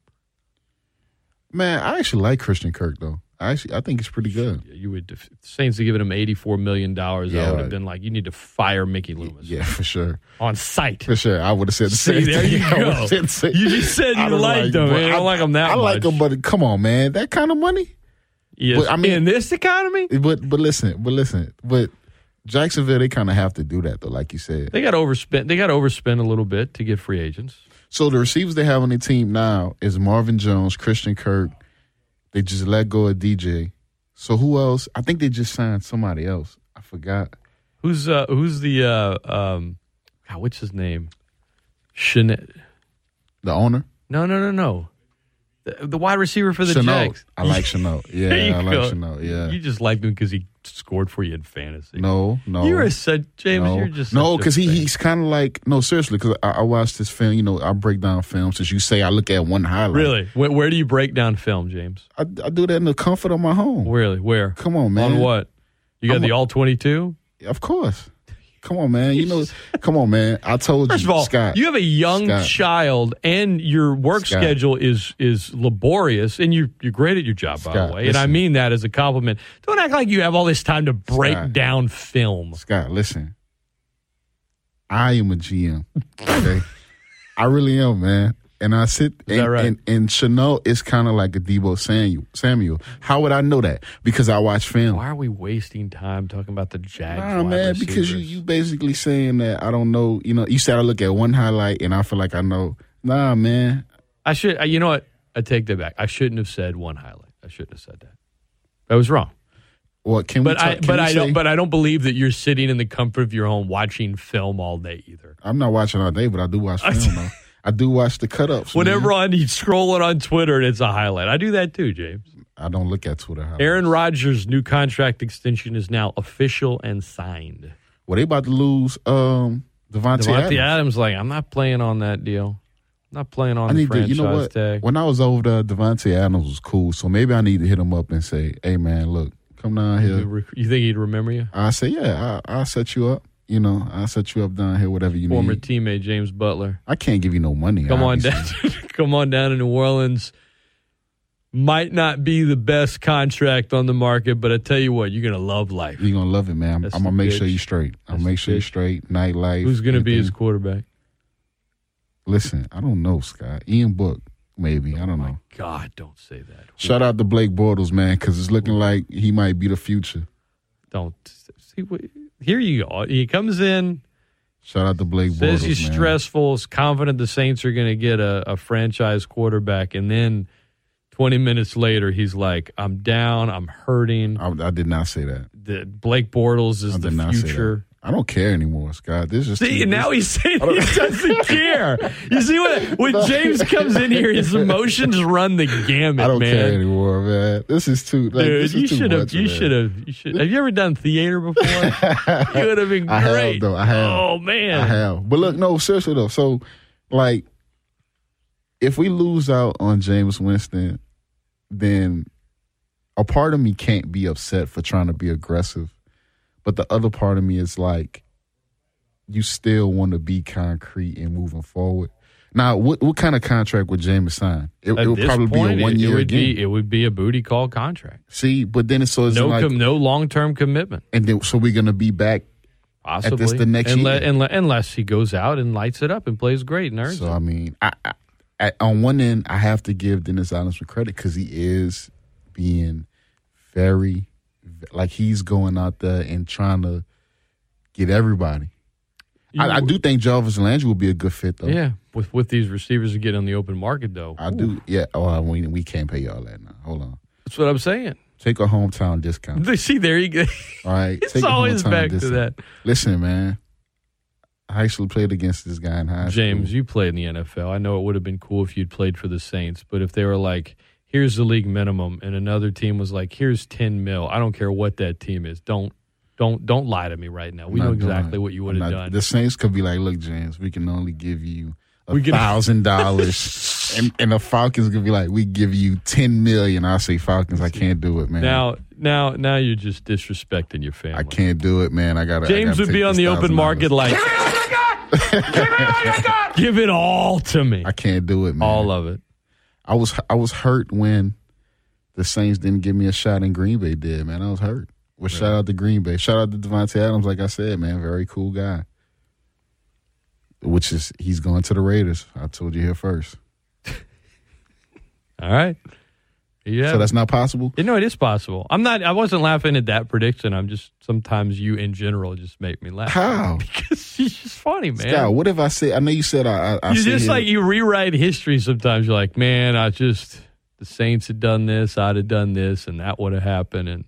Speaker 2: Man, I actually like Christian Kirk though. I actually I think he's pretty good.
Speaker 1: You would if the Saints had given him eighty four million dollars. I
Speaker 2: Yeah,
Speaker 1: would have
Speaker 2: right.
Speaker 1: been like, you need to fire Mickey Loomis
Speaker 2: Yeah, for sure.
Speaker 1: on sight.
Speaker 2: For sure. I would have said the
Speaker 1: See,
Speaker 2: same
Speaker 1: there
Speaker 2: thing.
Speaker 1: you
Speaker 2: I would've
Speaker 1: go.
Speaker 2: said the same-
Speaker 1: You just said
Speaker 2: I
Speaker 1: you
Speaker 2: don't
Speaker 1: liked him,
Speaker 2: but
Speaker 1: man. I don't like him that
Speaker 2: I like
Speaker 1: much.
Speaker 2: him, but come on, man. That kind of money.
Speaker 1: Yes.
Speaker 2: But, I mean-
Speaker 1: in this economy,
Speaker 2: But but listen, but listen, but Jacksonville, they kind of have to do that though, like you said.
Speaker 1: they got overspent. They got overspent a little bit to get free agents.
Speaker 2: So the receivers they have on their team now is Marvin Jones, Christian Kirk. They just let go of DJ. So who else? I think they just signed somebody else. I forgot.
Speaker 1: Who's uh, who's the uh, um, God, what's his name? Chanel.
Speaker 2: The owner.
Speaker 1: No, no, no, no. The, the wide receiver for the
Speaker 2: Chenault.
Speaker 1: Jags.
Speaker 2: I like Chenault.
Speaker 1: There you
Speaker 2: Yeah, I
Speaker 1: go.
Speaker 2: like Chenault. Yeah.
Speaker 1: You just liked him because he scored for you in fantasy.
Speaker 2: No, no.
Speaker 1: you're a such James.
Speaker 2: no,
Speaker 1: You're just
Speaker 2: no,
Speaker 1: because
Speaker 2: because he, he's kind of like no, seriously, because I, I watched this film. You know, I break down films. Since you say I look at one highlight,
Speaker 1: really. Where, where do you break down film, James?
Speaker 2: I, I do that in the comfort of my home.
Speaker 1: Really, where?
Speaker 2: Come on, man.
Speaker 1: On what? You got
Speaker 2: I'm
Speaker 1: the
Speaker 2: a-
Speaker 1: all twenty-two.
Speaker 2: Of course. Come on, man. You know, come on, man. I told
Speaker 1: First
Speaker 2: you,
Speaker 1: of all,
Speaker 2: Scott.
Speaker 1: you have a young
Speaker 2: Scott.
Speaker 1: child, and your work
Speaker 2: Scott.
Speaker 1: schedule is is laborious, and you you're great at your job, by
Speaker 2: Scott,
Speaker 1: the way. And I
Speaker 2: listen.
Speaker 1: mean that as a compliment. Don't act like you have all this time to break
Speaker 2: Scott.
Speaker 1: down film.
Speaker 2: Scott, listen. I am a GM. Okay. I really am, man. And I sit
Speaker 1: Is
Speaker 2: and,
Speaker 1: that right?
Speaker 2: and, and Chanel is kind of like a Debo Samuel. Samuel. How would I know that? Because I watch film.
Speaker 1: Why are we wasting time talking about the Jags?
Speaker 2: Nah,
Speaker 1: wide
Speaker 2: man, because you
Speaker 1: receivers?
Speaker 2: you basically saying that I don't know. You know, you said I look at one highlight and I feel like I know. Nah, man.
Speaker 1: I should. I- You know what? I take that back. I shouldn't have said one highlight. I shouldn't have said that. That was wrong.
Speaker 2: What can
Speaker 1: But
Speaker 2: we?
Speaker 1: I
Speaker 2: talk- can
Speaker 1: but
Speaker 2: we
Speaker 1: I
Speaker 2: say-
Speaker 1: don't but I don't believe that you're sitting in the comfort of your home watching film all day either.
Speaker 2: I'm not watching all day, but I do watch film. though. I do watch the cut ups.
Speaker 1: Whenever on you scrolling on Twitter and it's a highlight. I do that too, James.
Speaker 2: I don't look at Twitter. highlights.
Speaker 1: Aaron Rodgers' new contract extension is now official and signed.
Speaker 2: Well, they about to lose um, Devontae,
Speaker 1: Devontae
Speaker 2: Adams.
Speaker 1: Adams like, I'm not playing on that deal. I'm not playing on
Speaker 2: I
Speaker 1: the
Speaker 2: need to,
Speaker 1: franchise
Speaker 2: you know what?
Speaker 1: tag.
Speaker 2: When I was over there, Devontae Adams was cool. So maybe I need to hit him up and say, hey, man, look, come down
Speaker 1: You
Speaker 2: here.
Speaker 1: re- you think he'd remember you?
Speaker 2: I say, yeah, I, I'll set you up. You know, I'll set you up down here, whatever you
Speaker 1: Former
Speaker 2: need.
Speaker 1: teammate James Butler.
Speaker 2: I can't give you no money.
Speaker 1: Come on
Speaker 2: obviously.
Speaker 1: down. come on down to New Orleans. Might not be the best contract on the market, but I tell you what, you're gonna love life.
Speaker 2: You're going to love it, man. I'm,
Speaker 1: That's
Speaker 2: going to
Speaker 1: the
Speaker 2: make sure
Speaker 1: bitch.
Speaker 2: you straight. I'll
Speaker 1: That's
Speaker 2: make
Speaker 1: the
Speaker 2: sure you
Speaker 1: bitch.
Speaker 2: straight. Nightlife.
Speaker 1: Who's gonna be his
Speaker 2: anything.
Speaker 1: quarterback?
Speaker 2: Listen, I don't know, Scott. Ian Book, maybe. I don't know.
Speaker 1: God, don't say that.
Speaker 2: Shout out to Blake Bortles, man, because it's looking like he might be the future.
Speaker 1: Don't see. what- Here you go. He comes in.
Speaker 2: Shout out to Blake Bortles.
Speaker 1: Says he's
Speaker 2: man.
Speaker 1: stressful, is confident the Saints are going to get a, a franchise quarterback, and then 20 minutes later, he's like, "I'm down, I'm hurting."
Speaker 2: I, I did not say that.
Speaker 1: The, Blake Bortles is
Speaker 2: I
Speaker 1: the
Speaker 2: did not
Speaker 1: future.
Speaker 2: say that. I don't care anymore, Scott. This is
Speaker 1: See,
Speaker 2: too-
Speaker 1: and now he's saying he doesn't care. You see what when James comes in here, his emotions run the gamut,
Speaker 2: I don't
Speaker 1: man.
Speaker 2: care anymore, man. This is too. Like,
Speaker 1: Dude,
Speaker 2: this is
Speaker 1: you
Speaker 2: too
Speaker 1: should have.
Speaker 2: much,
Speaker 1: You
Speaker 2: man.
Speaker 1: should have. You should. Have you ever done theater before? you would have been great.
Speaker 2: I have though. I have.
Speaker 1: Oh man.
Speaker 2: I have. But look, no, seriously though. So, like, if we lose out on James Winston, then a part of me can't be upset for trying to be aggressive, but the other part of me is like, you still want to be concrete and moving forward. Now, what what kind of contract would James sign? It,
Speaker 1: At
Speaker 2: it would
Speaker 1: this
Speaker 2: probably
Speaker 1: point,
Speaker 2: be a one
Speaker 1: it, it
Speaker 2: year
Speaker 1: would
Speaker 2: again.
Speaker 1: be it would be a booty call contract.
Speaker 2: See, but then it's so it's
Speaker 1: no
Speaker 2: like,
Speaker 1: com- no long term commitment
Speaker 2: and then so we're gonna be back.
Speaker 1: possibly
Speaker 2: the next
Speaker 1: unless,
Speaker 2: year.
Speaker 1: unless, unless he goes out and lights it up and plays great and earns
Speaker 2: So
Speaker 1: it.
Speaker 2: I mean, I, I, I on one end, I have to give Dennis Allen some credit because he is being very, like he's going out there and trying to get everybody. I, I do think Jarvis Landry will be a good fit though.
Speaker 1: yeah with with these receivers that get on the open market though
Speaker 2: I do. Yeah. Oh, we we can't pay y'all that now. Hold on.
Speaker 1: that's what I'm saying
Speaker 2: Take a hometown discount.
Speaker 1: They- see there you go
Speaker 2: All right.
Speaker 1: it's
Speaker 2: Take a
Speaker 1: always
Speaker 2: hometown
Speaker 1: back to
Speaker 2: discount.
Speaker 1: that
Speaker 2: Listen, man. I actually played against this guy in high school.
Speaker 1: James you played in the NFL I know it would have been cool if you'd played for the Saints but if they were like here's the league minimum and another team was like here's ten mil I don't care what that team is don't don't don't lie to me right now we
Speaker 2: I'm
Speaker 1: know
Speaker 2: not doing
Speaker 1: exactly
Speaker 2: it.
Speaker 1: what you
Speaker 2: I'm
Speaker 1: would have
Speaker 2: not-
Speaker 1: done
Speaker 2: The Saints could be like, look, James, we can only give you a
Speaker 1: We can-
Speaker 2: thousand dollars and, and the Falcons could be like, "We give you ten million. I say Falcons, I can't do it, man.
Speaker 1: Now, now, now you're just disrespecting your family.
Speaker 2: I can't do it, man. I got to
Speaker 1: James would be on the open market like, give it all to me,
Speaker 2: I can't do it, man.
Speaker 1: all of it.
Speaker 2: I was I was hurt when the Saints didn't give me a shot and Green Bay did, man. I was hurt. Well, shout out to Green Bay. Shout out to Devontae Adams, like I said, man. Very cool guy. Which is he's going to the Raiders. I told you here first.
Speaker 1: All right, yeah.
Speaker 2: So that's not possible.
Speaker 1: You know, it is possible. I'm not. I wasn't laughing at that prediction. I'm just sometimes you in general just make me laugh.
Speaker 2: How?
Speaker 1: Because it's just funny, man.
Speaker 2: God, what if I say I know you said I I, I
Speaker 1: you
Speaker 2: sit
Speaker 1: just
Speaker 2: here-
Speaker 1: like you rewrite history sometimes. You're like, man, I just the Saints had done this, I'd have done this, and that would have happened. And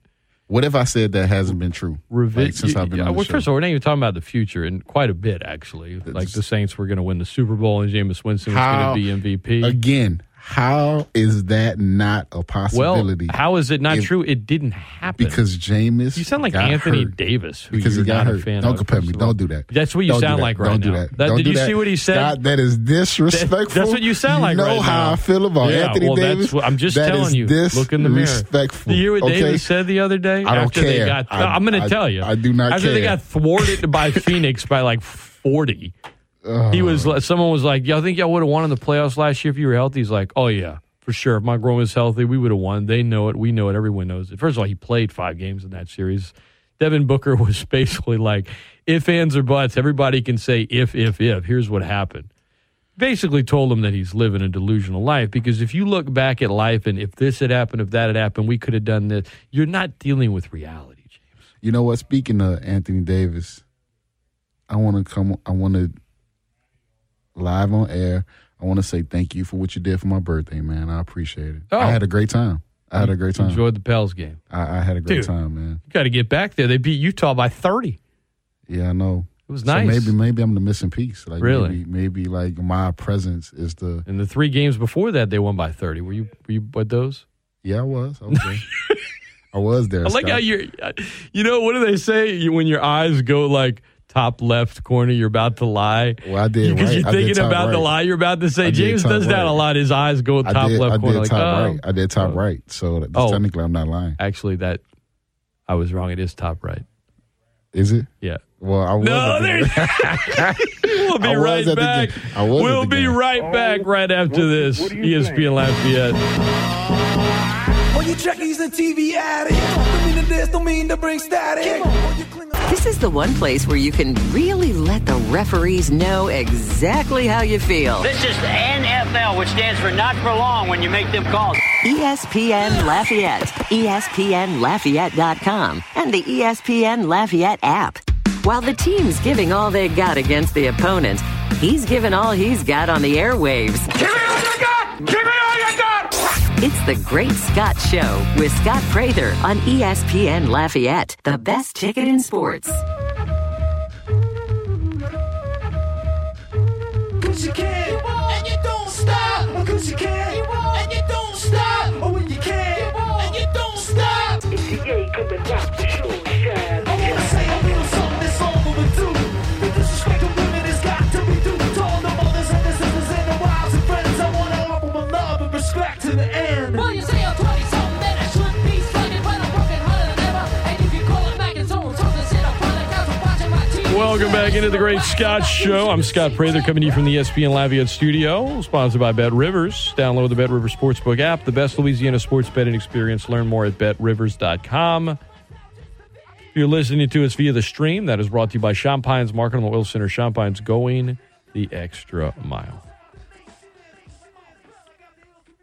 Speaker 2: what if I said that hasn't been true?
Speaker 1: revi-
Speaker 2: Like, since I've been
Speaker 1: yeah,
Speaker 2: on the
Speaker 1: well,
Speaker 2: show.
Speaker 1: first of all, we're not even talking about the future in quite a bit, actually. Like the Saints were going to win the Super Bowl, and Jameis Winston
Speaker 2: How-
Speaker 1: was going to be MVP.
Speaker 2: Again, how is that not a
Speaker 1: well,
Speaker 2: possibility?
Speaker 1: how is it not
Speaker 2: If-
Speaker 1: true? It didn't happen
Speaker 2: because Jameis
Speaker 1: You sound like
Speaker 2: got
Speaker 1: Anthony
Speaker 2: hurt.
Speaker 1: Davis, who
Speaker 2: because
Speaker 1: you're
Speaker 2: he got
Speaker 1: not a
Speaker 2: hurt.
Speaker 1: fan
Speaker 2: don't
Speaker 1: of,
Speaker 2: compare me.
Speaker 1: first of all.
Speaker 2: Don't do that.
Speaker 1: That's what you
Speaker 2: Don't do
Speaker 1: sound
Speaker 2: that.
Speaker 1: like right
Speaker 2: Don't do
Speaker 1: now.
Speaker 2: that.
Speaker 1: That-
Speaker 2: Don't
Speaker 1: did
Speaker 2: do
Speaker 1: you
Speaker 2: that.
Speaker 1: see what he said?
Speaker 2: God, that is disrespectful.
Speaker 1: that's what you sound like
Speaker 2: You know
Speaker 1: right
Speaker 2: how
Speaker 1: now.
Speaker 2: I feel about
Speaker 1: Yeah,
Speaker 2: Anthony
Speaker 1: well,
Speaker 2: Davis.
Speaker 1: that's what I'm just
Speaker 2: That
Speaker 1: telling
Speaker 2: is
Speaker 1: you. Look in the mirror.
Speaker 2: disrespectful.
Speaker 1: Do you hear what
Speaker 2: okay?
Speaker 1: Davis said the other day?
Speaker 2: I don't
Speaker 1: after They
Speaker 2: care.
Speaker 1: got,
Speaker 2: I-
Speaker 1: am going
Speaker 2: I-
Speaker 1: to tell you.
Speaker 2: I do not
Speaker 1: After they
Speaker 2: care.
Speaker 1: got thwarted by Phoenix by like 40, he
Speaker 2: Oh.
Speaker 1: was. li- Someone was like, "Y'all think y'all would have won in the playoffs last year if you were healthy?" He's like, "Oh yeah, for sure. If my groin was healthy, we would have won. They know it. We know it. Everyone knows it." First of all, he played five games in that series. Devin Booker was basically like, "If ands or buts." Everybody can say if if if. Here's what happened basically told him that he's living a delusional life because if you look back at life and if this had happened, if that had happened, we could have done this. You're not dealing with reality, James.
Speaker 2: You know what? Speaking of Anthony Davis, I want to come. I want to live on air. I want to say thank you for what you did for my birthday, man. I appreciate it.
Speaker 1: Oh.
Speaker 2: I had a great time. I had a great time.
Speaker 1: Enjoyed the Pels game.
Speaker 2: I, I had a great
Speaker 1: Dude.
Speaker 2: time, man.
Speaker 1: You got to get back there. They beat Utah by 30.
Speaker 2: Yeah, I know.
Speaker 1: It was
Speaker 2: So
Speaker 1: nice.
Speaker 2: maybe maybe I'm the missing piece. Like
Speaker 1: Really?
Speaker 2: maybe, maybe like my presence is the
Speaker 1: And the three games before that, they won by 30. Were you were you at those?
Speaker 2: yeah. I was okay. I was there.
Speaker 1: I like
Speaker 2: Scott.
Speaker 1: how you're, you know, what do they say you, when your eyes go like top left corner, you're about to lie?
Speaker 2: Well, I did
Speaker 1: Because
Speaker 2: right.
Speaker 1: you're
Speaker 2: I did
Speaker 1: thinking
Speaker 2: top
Speaker 1: about the
Speaker 2: right.
Speaker 1: lie you're about to say.
Speaker 2: I did
Speaker 1: James
Speaker 2: top
Speaker 1: does that
Speaker 2: right.
Speaker 1: a lot. His eyes go
Speaker 2: I
Speaker 1: top
Speaker 2: did,
Speaker 1: left
Speaker 2: I
Speaker 1: corner.
Speaker 2: did
Speaker 1: like,
Speaker 2: top
Speaker 1: oh.
Speaker 2: right. I did top
Speaker 1: Oh.
Speaker 2: right. So that's
Speaker 1: Oh.
Speaker 2: technically I'm not lying.
Speaker 1: Actually, that I was wrong. It is top right.
Speaker 2: Is it?
Speaker 1: Yeah.
Speaker 2: Well, I was.
Speaker 1: No,
Speaker 2: at the-
Speaker 1: there's. we'll be
Speaker 2: I was
Speaker 1: right
Speaker 2: at the
Speaker 1: back.
Speaker 2: game. I was at
Speaker 1: we'll
Speaker 2: the
Speaker 1: be
Speaker 2: game.
Speaker 1: right back right after this. E ESPN Lafayette.
Speaker 4: When you check, he's a TV addict. Don't mean to this, don't mean to bring static.
Speaker 5: This is the one place where you can really let the referees know exactly how you feel.
Speaker 6: This is NFL, which stands for not for long when you make them calls.
Speaker 5: E ESPN Lafayette, E ESPNLafayette.com, and the E ESPN Lafayette app. While the team's giving all they got against the opponent, he's giving all he's got on the airwaves.
Speaker 4: Give me all you got! Give me all you got!
Speaker 5: It's the Great Scott Show with Scott Prather on E ESPN Lafayette, the best ticket in sports.
Speaker 4: Cause you can, you won't. and you don't stop. Cause you can, you won't. and you don't stop. Oh, when you can, you won't. and you don't stop. It's the A coming back to show shine. I wanna say a little something that's overdue. The disrespect of women has got to be due. To all the mothers and the sisters and the wives and friends, I wanna offer my love and respect to the end.
Speaker 7: Well, you say I'm 20 something that I should be slugging, but I'm working harder than ever. And if you call it back, it's on something, sit up on the couch and watching my TV.
Speaker 1: Welcome back into the Great Scott Show. I'm Scott Prather coming to you from the E ESPN Lafayette studio, sponsored by Bet Rivers. Download the Bet Rivers Sportsbook app, the best Louisiana sports betting experience. Learn more at betrivers.com. If you're listening to us via the stream, that is brought to you by Champagne's Market on the Oil Center. Champagne's going the extra mile.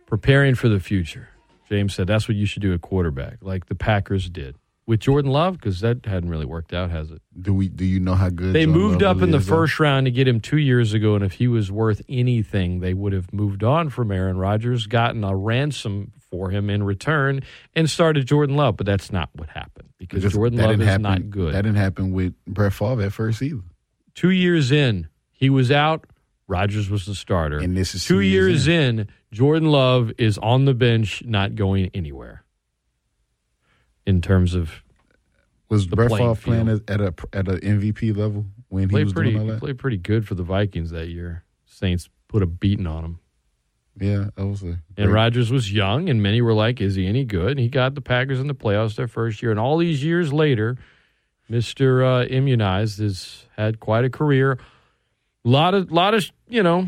Speaker 1: Preparing for the future. James said that's what you should do at quarterback, like the Packers did. With Jordan Love, because that hadn't really worked out, has it?
Speaker 2: Do we? Do you know how good
Speaker 1: They
Speaker 2: Jordan
Speaker 1: moved
Speaker 2: Love
Speaker 1: up in the
Speaker 2: really is, though?
Speaker 1: first round to get him two years ago, and if he was worth anything, they would have moved on from Aaron Rodgers, gotten a ransom for him in return, and started Jordan Love. But that's not what happened because
Speaker 2: Just-
Speaker 1: Jordan
Speaker 2: that
Speaker 1: Love
Speaker 2: didn't
Speaker 1: is
Speaker 2: happen-
Speaker 1: not good.
Speaker 2: That didn't happen with Brett Favre at first either.
Speaker 1: two years in, he was out. Rodgers was the starter.
Speaker 2: And this is
Speaker 1: two
Speaker 2: two
Speaker 1: years
Speaker 2: years
Speaker 1: in, Jordan Love is on the bench, not going anywhere. In terms of
Speaker 2: Was
Speaker 1: The
Speaker 2: Brett
Speaker 1: playing
Speaker 2: Favre playing at at a at an MVP level when he
Speaker 1: played
Speaker 2: was
Speaker 1: pretty
Speaker 2: doing all that?
Speaker 1: played pretty good for the Vikings that year. Saints put a beating on them.
Speaker 2: Yeah, that was a
Speaker 1: And
Speaker 2: great-
Speaker 1: Rodgers was young, and many were like, "Is he any good?" And he got the Packers in the playoffs their first year, and all these years later, Mister uh, Immunized has had quite a career. Lot of, lot of, you know,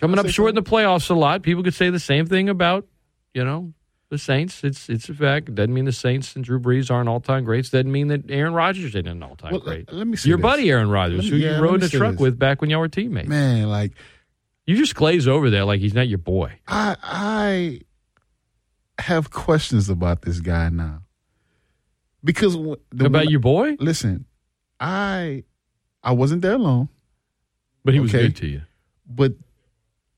Speaker 1: coming
Speaker 2: I
Speaker 1: up
Speaker 2: say
Speaker 1: short in the playoffs a lot. People could say the same thing about, you know, the Saints. It's it's a fact. Doesn't mean the Saints and Drew Brees aren't all time greats. Doesn't mean that Aaron Rodgers isn't an all time
Speaker 2: Well, uh,
Speaker 1: great.
Speaker 2: let me say
Speaker 1: your
Speaker 2: this.
Speaker 1: buddy Aaron Rodgers,
Speaker 2: Let me-
Speaker 1: who
Speaker 2: yeah,
Speaker 1: you
Speaker 2: let
Speaker 1: rode
Speaker 2: me
Speaker 1: in a
Speaker 2: say
Speaker 1: truck
Speaker 2: this.
Speaker 1: with back when y'all were teammates.
Speaker 2: Man, like
Speaker 1: You just glaze over there like he's not your boy.
Speaker 2: I I have questions about this guy now because wh- the,
Speaker 1: about your boy,
Speaker 2: Listen, I I wasn't there long,
Speaker 1: but he was
Speaker 2: Okay.
Speaker 1: good to you.
Speaker 2: but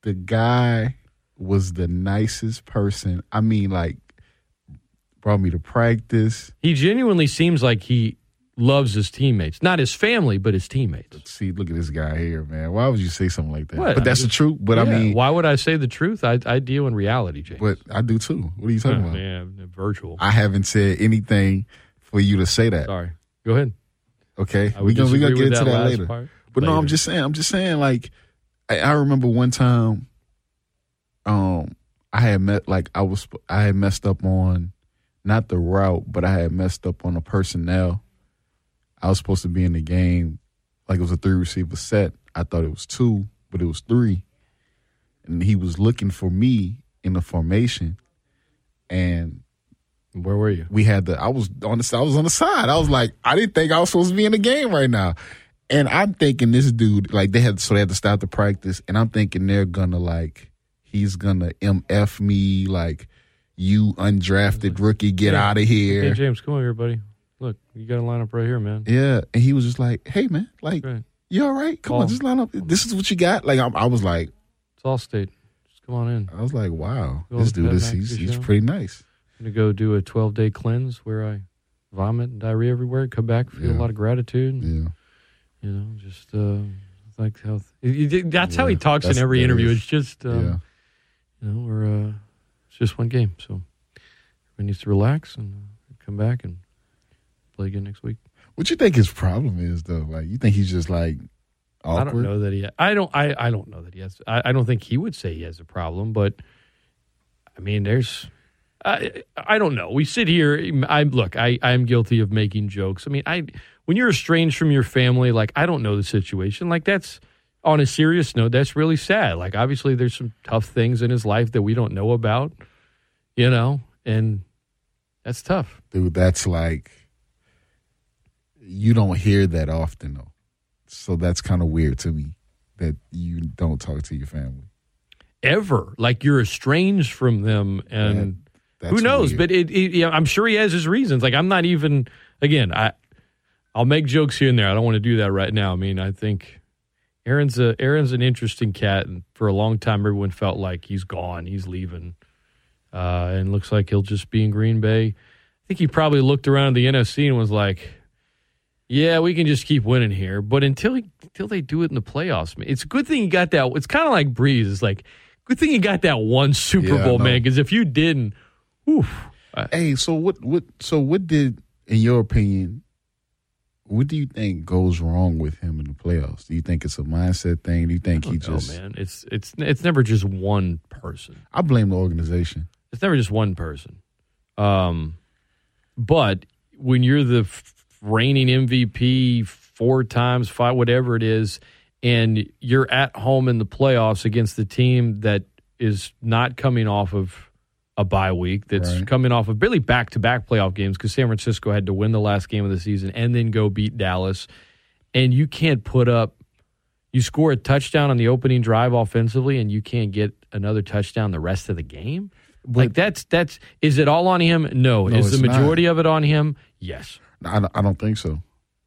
Speaker 2: the guy was the nicest person. I mean, like brought me to practice.
Speaker 1: He genuinely seems like he loves his teammates, not his family, but his teammates.
Speaker 2: See, look at this guy here, man. Why would you say something like that?
Speaker 1: What?
Speaker 2: But that's the truth. But I
Speaker 1: Yeah,
Speaker 2: mean,
Speaker 1: why would I say the truth? I, I deal in reality, James.
Speaker 2: but I do too. What are you
Speaker 1: Oh,
Speaker 2: talking about?
Speaker 1: man, virtual.
Speaker 2: I haven't said anything for you to say that.
Speaker 1: Sorry. Go ahead.
Speaker 2: Okay,
Speaker 1: I
Speaker 2: we
Speaker 1: would
Speaker 2: gonna we gonna
Speaker 1: disagree
Speaker 2: get
Speaker 1: with
Speaker 2: into
Speaker 1: that
Speaker 2: that,
Speaker 1: last
Speaker 2: later.
Speaker 1: part
Speaker 2: But no,
Speaker 1: later.
Speaker 2: I'm just saying. I'm just saying. Like, I, I remember one time, um, I had met like I was I had messed up on, not the route, but I had messed up on the personnel. I was supposed to be in the game, like it was a three receiver set. I thought it was two, but it was three, and he was looking for me in the formation, and
Speaker 1: Where were you?
Speaker 2: we had the I was on the I was on the side. I was like, I didn't think I was supposed to be in the game right now. And I'm thinking this dude, like they had so they had to stop the practice, and I'm thinking they're gonna like he's gonna MF me, like you undrafted rookie, get out of
Speaker 1: Hey,
Speaker 2: here.
Speaker 1: James, come over here, buddy. Look, you got a lineup right here, man.
Speaker 2: Yeah. And he was just like, Hey man, like
Speaker 1: Right.
Speaker 2: you all right? Come
Speaker 1: Call.
Speaker 2: on, just line up. This is what you got. Like I'm, I was like,
Speaker 1: It's all state. Just come on in.
Speaker 2: I was like, wow,
Speaker 1: You
Speaker 2: this
Speaker 1: want
Speaker 2: dude
Speaker 1: that
Speaker 2: is
Speaker 1: back
Speaker 2: he's,
Speaker 1: to
Speaker 2: he's
Speaker 1: show?
Speaker 2: pretty nice.
Speaker 1: I'm going to go do a 12 day cleanse where I vomit and diarrhea everywhere, come back, feel
Speaker 2: Yeah.
Speaker 1: a lot of gratitude.
Speaker 2: Yeah,
Speaker 1: You know, just uh, like how that's how he
Speaker 2: Yeah,
Speaker 1: talks in
Speaker 2: that's-
Speaker 1: every
Speaker 2: that
Speaker 1: interview.
Speaker 2: is-
Speaker 1: It's just, um,
Speaker 2: yeah.
Speaker 1: you know, we're uh, it's just one game, so everybody needs to relax and uh, come back and play again next week.
Speaker 2: What you think his problem is though? Like you think he's just like awkward?
Speaker 1: I don't know that he. I don't. I, I don't know that he has. I, I don't think he would say he has a problem, but I mean, there's. I I don't know. We sit here. I look. I I'm guilty of making jokes. I mean, I when you're estranged from your family, like I don't know the situation. Like that's on a serious note. That's really sad. Like obviously, there's some tough things in his life that we don't know about. You know, and that's tough.
Speaker 2: dude that's like you don't hear that often though so that's kind of weird to me that you don't talk to your family
Speaker 1: ever. Like you're estranged from them, and
Speaker 2: Yeah,
Speaker 1: who
Speaker 2: that's
Speaker 1: knows?
Speaker 2: weird.
Speaker 1: But it, it yeah, I'm sure he has his reasons. Like I'm not even again. I I'll make jokes here and there. I don't want to do that right now. I mean, I think Aaron's a Aaron's an interesting cat, and for a long time, everyone felt like he's gone, he's leaving, uh, and looks like he'll just be in Green Bay. I think he probably looked around the NFC and was like. Yeah, we can just keep winning here. But until until they do it in the playoffs, man, it's a good thing you got that. It's kind of like Breeze. It's like good thing you got that one Super
Speaker 2: Yeah, I
Speaker 1: Bowl, man.
Speaker 2: know.
Speaker 1: Because if you didn't, oof,
Speaker 2: hey so what what so what did in your opinion what do you think goes wrong with him in the playoffs do you think it's a mindset thing do you think
Speaker 1: oh
Speaker 2: he just
Speaker 1: man, it's it's it's never just one person.
Speaker 2: i blame the organization
Speaker 1: It's never just one person. Um, but when you're the f- reigning MVP four times, five, whatever it is, and you're at home in the playoffs against the team that is not coming off of a bye week, that's
Speaker 2: Right.
Speaker 1: coming off of really back to back playoff games because San Francisco had to win the last game of the season and then go beat Dallas. And you can't put up, you score a touchdown on the opening drive offensively, and you can't get another touchdown the rest of the game. like that's that's is it all on him? No.
Speaker 2: No,
Speaker 1: is the
Speaker 2: it's not.
Speaker 1: majority of it on him? Yes.
Speaker 2: I, don't- I don't think so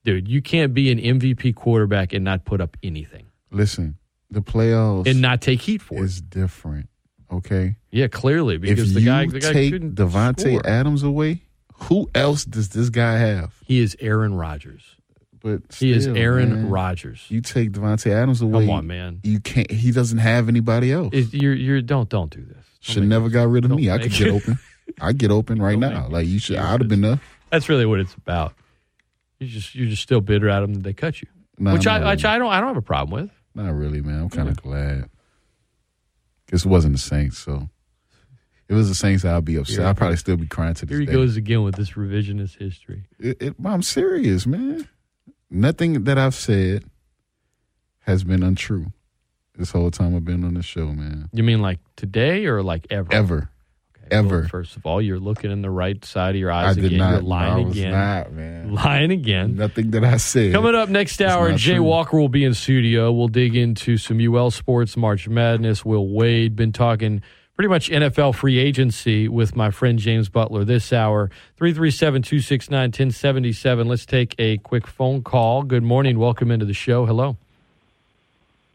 Speaker 1: Dude, you can't be an MVP quarterback and not put up anything
Speaker 2: listen the playoffs
Speaker 1: and not take heat for it.
Speaker 2: is different okay
Speaker 1: Yeah, clearly because
Speaker 2: if
Speaker 1: the
Speaker 2: you
Speaker 1: guy the guy
Speaker 2: take
Speaker 1: couldn't
Speaker 2: Devontae
Speaker 1: score.
Speaker 2: Adams away, who else does this guy have?
Speaker 1: he is Aaron Rodgers.
Speaker 2: But
Speaker 1: He is
Speaker 2: still,
Speaker 1: Aaron
Speaker 2: man,
Speaker 1: Rodgers.
Speaker 2: You take Devontae Adams away.
Speaker 1: Come on, man.
Speaker 2: You can't. He doesn't have anybody else.
Speaker 1: Is you're you're don't don't do this. Don't
Speaker 2: should
Speaker 1: make-
Speaker 2: never got rid of
Speaker 1: don't
Speaker 2: me. I
Speaker 1: make
Speaker 2: could get
Speaker 1: it.
Speaker 2: open. I get open right
Speaker 1: Don't
Speaker 2: now.
Speaker 1: make
Speaker 2: Like you should. I'd
Speaker 1: excuses.
Speaker 2: have been up.
Speaker 1: That's really what it's about. You just you're just still bitter at them that they cut you.
Speaker 2: Nah,
Speaker 1: which
Speaker 2: not
Speaker 1: I which
Speaker 2: really.
Speaker 1: I don't I don't have a problem with.
Speaker 2: Not really, man. I'm kind of glad. This wasn't the Saints, so if it was the Saints. I'd be upset. I'd probably still be crying to this
Speaker 1: Here he
Speaker 2: day.
Speaker 1: goes again with this revisionist history.
Speaker 2: It, it, I'm serious, man. Nothing that I've said has been untrue this whole time I've been on this show, man.
Speaker 1: You mean like today or like ever?
Speaker 2: Ever.
Speaker 1: Okay, well,
Speaker 2: ever.
Speaker 1: first of all, you're looking in the right side of your
Speaker 2: I
Speaker 1: eyes
Speaker 2: did
Speaker 1: again.
Speaker 2: not.
Speaker 1: you're
Speaker 2: no,
Speaker 1: lying
Speaker 2: I was
Speaker 1: again.
Speaker 2: not, man.
Speaker 1: Lying again.
Speaker 2: Nothing that I said.
Speaker 1: Coming up next hour,
Speaker 2: not
Speaker 1: Jay
Speaker 2: true.
Speaker 1: Walker will be in studio. We'll dig into some UL sports, March Madness. Will Wade been talking pretty much NFL free agency with my friend James Butler this hour? 337-269-1077. Let's take a quick phone call. Good morning. Welcome into the show. Hello.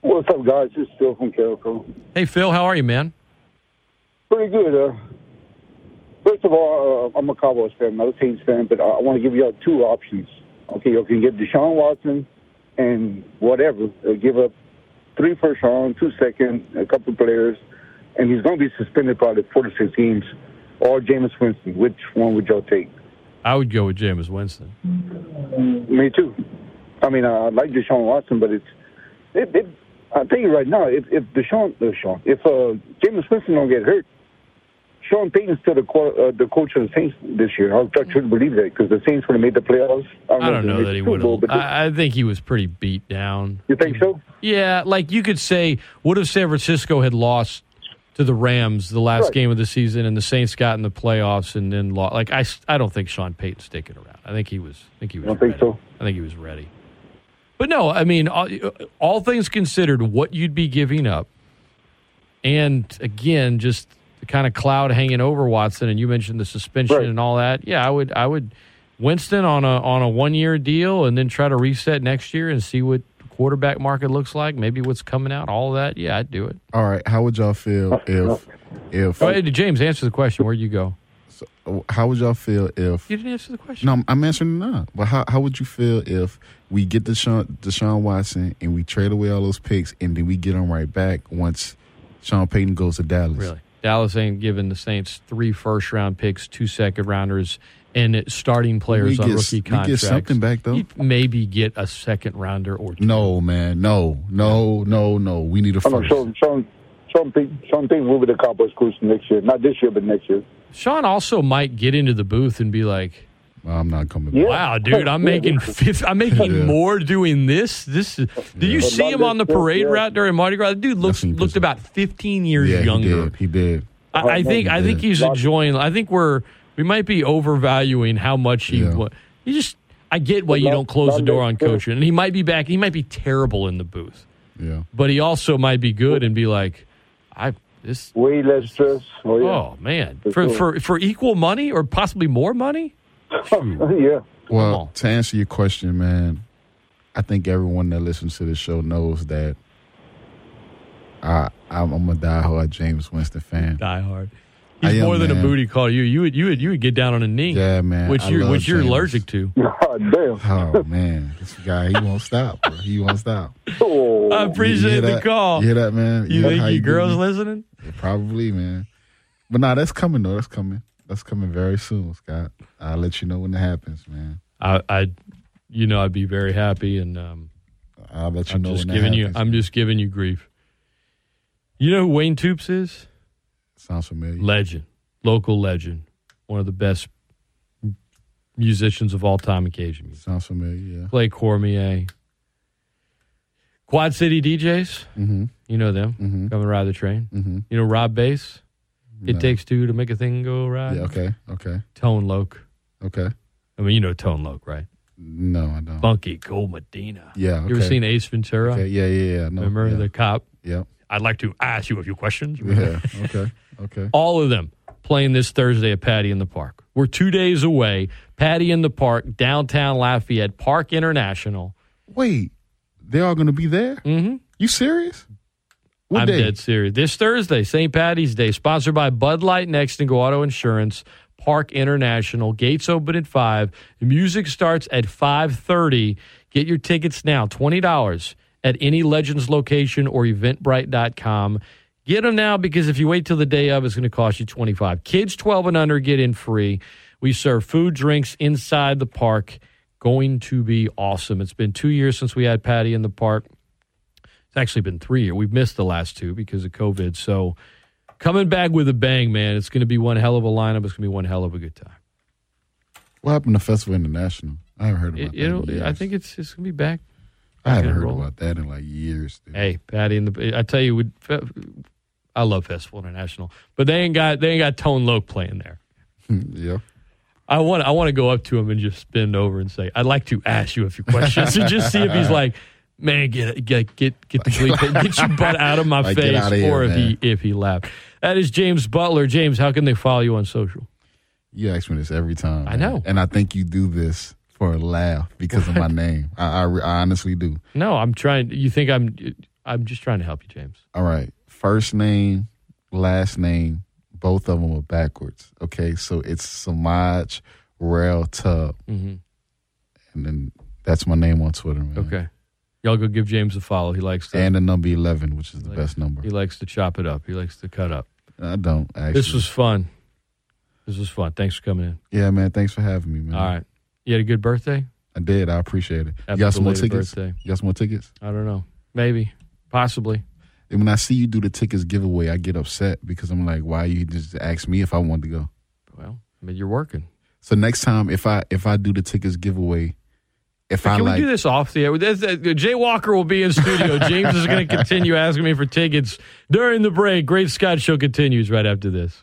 Speaker 8: What's up, guys? It's Phil from Calico.
Speaker 1: Hey Phil, how are you, man?
Speaker 8: Pretty good. Uh, first of all, uh, I'm a Cowboys fan, not a Saints fan, but I, I want to give y'all two options. Okay, you can get Deshaun Watson and whatever. Uh, give up three first round, two second, a couple players, and he's going to be suspended probably four to six games. Or Jameis Winston. Which one would y'all take?
Speaker 1: I would go with Jameis Winston.
Speaker 8: Me too. I mean, I I like Deshaun Watson, but it's it. it I tell you right now, if if Deshaun, Deshaun if uh, Jameis Winston don't get hurt, Sean Payton's still the co- uh, the coach of the Saints this year. I, I shouldn't believe that because the Saints would have made the playoffs.
Speaker 1: I don't
Speaker 8: if they
Speaker 1: know
Speaker 8: made
Speaker 1: that
Speaker 8: the
Speaker 1: he
Speaker 8: Super
Speaker 1: would
Speaker 8: Bowl,
Speaker 1: have.
Speaker 8: But
Speaker 1: I, I think he was pretty beat down.
Speaker 8: you think so?
Speaker 1: Yeah, like you could say, what if San Francisco had lost to the Rams the last
Speaker 8: Right.
Speaker 1: game of the season, and the Saints got in the playoffs and then lost? Like I, s- I don't think Sean Payton's sticking around. I think he was. I think he was.
Speaker 8: don't think
Speaker 1: ready.
Speaker 8: so?
Speaker 1: I think he was ready. But no, I mean, all, all things considered, what you'd be giving up, and again, just the kind of cloud hanging over Watson, and you mentioned the suspension
Speaker 8: Right.
Speaker 1: and all that. Yeah, I would, I would, Winston on a on a one year deal, and then try to reset next year and see what the quarterback market looks like, maybe what's coming out, all that. Yeah, I'd do it.
Speaker 2: All right. How would y'all feel if if
Speaker 1: Go ahead, James, answer the question. Where'd you go?
Speaker 2: how would y'all feel if
Speaker 1: You didn't answer the question.
Speaker 2: no, I'm- I'm answering it now. But how, how would you feel if we get Deshaun, Deshaun Watson and we trade away all those picks and then we get them right back once Sean Payton goes to Dallas?
Speaker 1: Really? Dallas ain't giving the Saints three first round picks, two second rounders, and starting players
Speaker 2: We
Speaker 1: on
Speaker 2: get- we
Speaker 1: rookie
Speaker 2: get
Speaker 1: contracts.
Speaker 2: something back, though.
Speaker 1: You'd maybe get a second rounder or two.
Speaker 2: No, man. No, no, no, no. We need a
Speaker 8: I don't know.
Speaker 2: first.
Speaker 8: Sean Sean Sean Payton, Sean Payton will be the Cowboys coach next year, not this year, but next year.
Speaker 1: Sean also might get into the booth and be like,
Speaker 2: I'm not coming
Speaker 8: Yeah.
Speaker 2: back.
Speaker 1: "Wow, dude, I'm making fifth, I'm making
Speaker 2: Yeah.
Speaker 1: more doing this. This is, did you see him on the parade
Speaker 8: Yeah.
Speaker 1: route during Mardi Gras? The dude looks
Speaker 2: Definitely
Speaker 1: looked
Speaker 2: doesn't.
Speaker 1: about 15 years
Speaker 2: Yeah, he
Speaker 1: younger.
Speaker 2: did. He did.
Speaker 1: I,
Speaker 8: Oh,
Speaker 1: I think I think he's enjoying. I think we're we might be overvaluing how much he.
Speaker 2: Yeah.
Speaker 1: wa- He just I get why you
Speaker 8: Well,
Speaker 1: don't close the
Speaker 8: Lon-
Speaker 1: door on
Speaker 8: Lon-
Speaker 1: coaching, and he might be back. He might be terrible in the booth,
Speaker 2: Yeah.
Speaker 1: but he also might be good and be like, I this.
Speaker 8: Way less stress. Oh yeah.
Speaker 1: Oh man,
Speaker 8: For
Speaker 1: for
Speaker 8: sure.
Speaker 1: for for equal money or possibly more money. Phew.
Speaker 8: yeah.
Speaker 2: Well,
Speaker 1: on.
Speaker 2: to answer your question, man, I think everyone that listens to this show knows that I I'm, I'm a diehard James Winston fan.
Speaker 1: Die hard.
Speaker 2: I
Speaker 1: He's
Speaker 2: am,
Speaker 1: more than a
Speaker 2: man.
Speaker 1: booty call. You you would you would you would get down on a knee.
Speaker 2: Yeah, man,
Speaker 1: Which
Speaker 2: I
Speaker 1: you're
Speaker 2: love
Speaker 1: which you're
Speaker 2: James.
Speaker 1: allergic to.
Speaker 8: God damn.
Speaker 2: Oh man, this guy he won't stop. Bro. He won't stop. You-
Speaker 8: Oh.
Speaker 1: I
Speaker 2: you
Speaker 1: appreciate
Speaker 2: hear
Speaker 1: the
Speaker 2: that?
Speaker 1: call.
Speaker 2: You hear that, man?
Speaker 1: you
Speaker 2: hear
Speaker 1: think
Speaker 2: how
Speaker 1: you
Speaker 2: do
Speaker 1: girls
Speaker 2: me?
Speaker 1: listening?
Speaker 2: Probably, man. But nah, that's coming though. That's coming. That's coming very soon, Scott. I'll let you know when it happens, man.
Speaker 1: I, I, you know, I'd be very happy, and um,
Speaker 2: I'll let you
Speaker 1: I'm
Speaker 2: know
Speaker 1: just
Speaker 2: when
Speaker 1: giving
Speaker 2: that
Speaker 1: you,
Speaker 2: happens.
Speaker 1: I'm just giving you grief. You know who Wayne Toops is?
Speaker 2: Sounds familiar.
Speaker 1: Legend, local legend, one of the best musicians of all time. in Cajun music.
Speaker 2: Sounds familiar. Yeah.
Speaker 1: Clay Cormier, Quad City DJs.
Speaker 2: Mm-hmm.
Speaker 1: You know them.
Speaker 2: Mhm.
Speaker 1: Come and ride the train.
Speaker 2: Mhm.
Speaker 1: You know Rob Bass. It
Speaker 2: No.
Speaker 1: takes two to make a thing go right.
Speaker 2: Yeah. Okay. Okay.
Speaker 1: Tone Loc.
Speaker 2: Okay.
Speaker 1: I mean, you know Tone Loc, right?
Speaker 2: No, I don't.
Speaker 1: Funky Gold Medina.
Speaker 2: Yeah. Okay.
Speaker 1: You ever seen Ace Ventura?
Speaker 2: Okay. Yeah. Yeah. Yeah. No,
Speaker 1: Remember
Speaker 2: yeah.
Speaker 1: the cop?
Speaker 2: Yep.
Speaker 1: I'd like to ask you a few questions.
Speaker 2: Yeah. Okay. Okay.
Speaker 1: All of them playing this Thursday at Patty in the Park. We're two days away. Patty in the Park, downtown Lafayette, Park International.
Speaker 2: Wait, they are going to be there? Mm-hmm. You serious? What
Speaker 1: I'm
Speaker 2: day?
Speaker 1: dead serious. This Thursday, St. Patty's Day, sponsored by Bud Light Next and Go Auto Insurance, Park International. Gates open at five. The music starts at five thirty. Get your tickets now. Twenty dollars at any Legends location or Eventbrite.com. Get them now because if you wait till the day of, it's going to cost you twenty five. Kids twelve and under get in free. We serve food, drinks inside the park. Going to be awesome. It's been two years since we had Patty in the park. actually been three years. We've missed the last two because of COVID. So coming back with a bang, man. It's going to be one hell of a lineup. It's going to be one hell of a good time.
Speaker 2: What happened to Festival International? I haven't heard about
Speaker 1: It,
Speaker 2: that. in
Speaker 1: it'll, I
Speaker 2: years.
Speaker 1: think it's it's going to be back.
Speaker 2: I haven't
Speaker 1: gonna
Speaker 2: heard
Speaker 1: roll.
Speaker 2: about that in like years. Dude.
Speaker 1: Hey, Patty and the I tell you, would I love Festival International, but they ain't got they ain't got Tone Loc playing there.
Speaker 2: Yeah.
Speaker 1: I want I want to go up to him and just bend over and say, "I'd like to ask you a few questions," and just see if he's like, "Man, get get get get the bleep, get your butt out of my
Speaker 2: Like, get
Speaker 1: face,"
Speaker 2: outta here,
Speaker 1: or if
Speaker 2: man.
Speaker 1: he if he laughed. That is James Butler. James, how can they follow you on social?
Speaker 2: You ask me this every time.
Speaker 1: I
Speaker 2: man.
Speaker 1: know.
Speaker 2: And I think you do this for a laugh because of my name. I, I, re- I honestly do.
Speaker 1: No, I'm trying. You think I'm? I'm just trying to help you, James.
Speaker 2: All right. First name, last name, both of them are backwards. Okay. So it's Samaj Rail Tub.
Speaker 1: Mhm.
Speaker 2: And then that's my name on Twitter, man.
Speaker 1: Okay, y'all go give James a follow. He likes to
Speaker 2: And the number 11, which is the best number.
Speaker 1: he likes to chop it up. He likes to cut up.
Speaker 2: I don't actually.
Speaker 1: This was fun. This was fun. Thanks for coming in.
Speaker 2: yeah, man. Thanks for having me, man.
Speaker 1: All right, you had a good birthday.
Speaker 2: I did. I appreciate it.
Speaker 1: Happy
Speaker 2: you got some more
Speaker 1: belated
Speaker 2: tickets?
Speaker 1: birthday.
Speaker 2: You got some more tickets?
Speaker 1: I don't know. Maybe, possibly.
Speaker 2: And when I see you do the tickets giveaway, I get upset because I'm like, why you just ask me if I want to go?
Speaker 1: Well, I mean, you're working.
Speaker 2: So next time, if I if I do the tickets giveaway, if I
Speaker 1: Can
Speaker 2: like,
Speaker 1: we do this off the air? This- uh, Jay Walker will be in studio. James is going to continue asking me for tickets during the break. Great Scott Show continues right after this.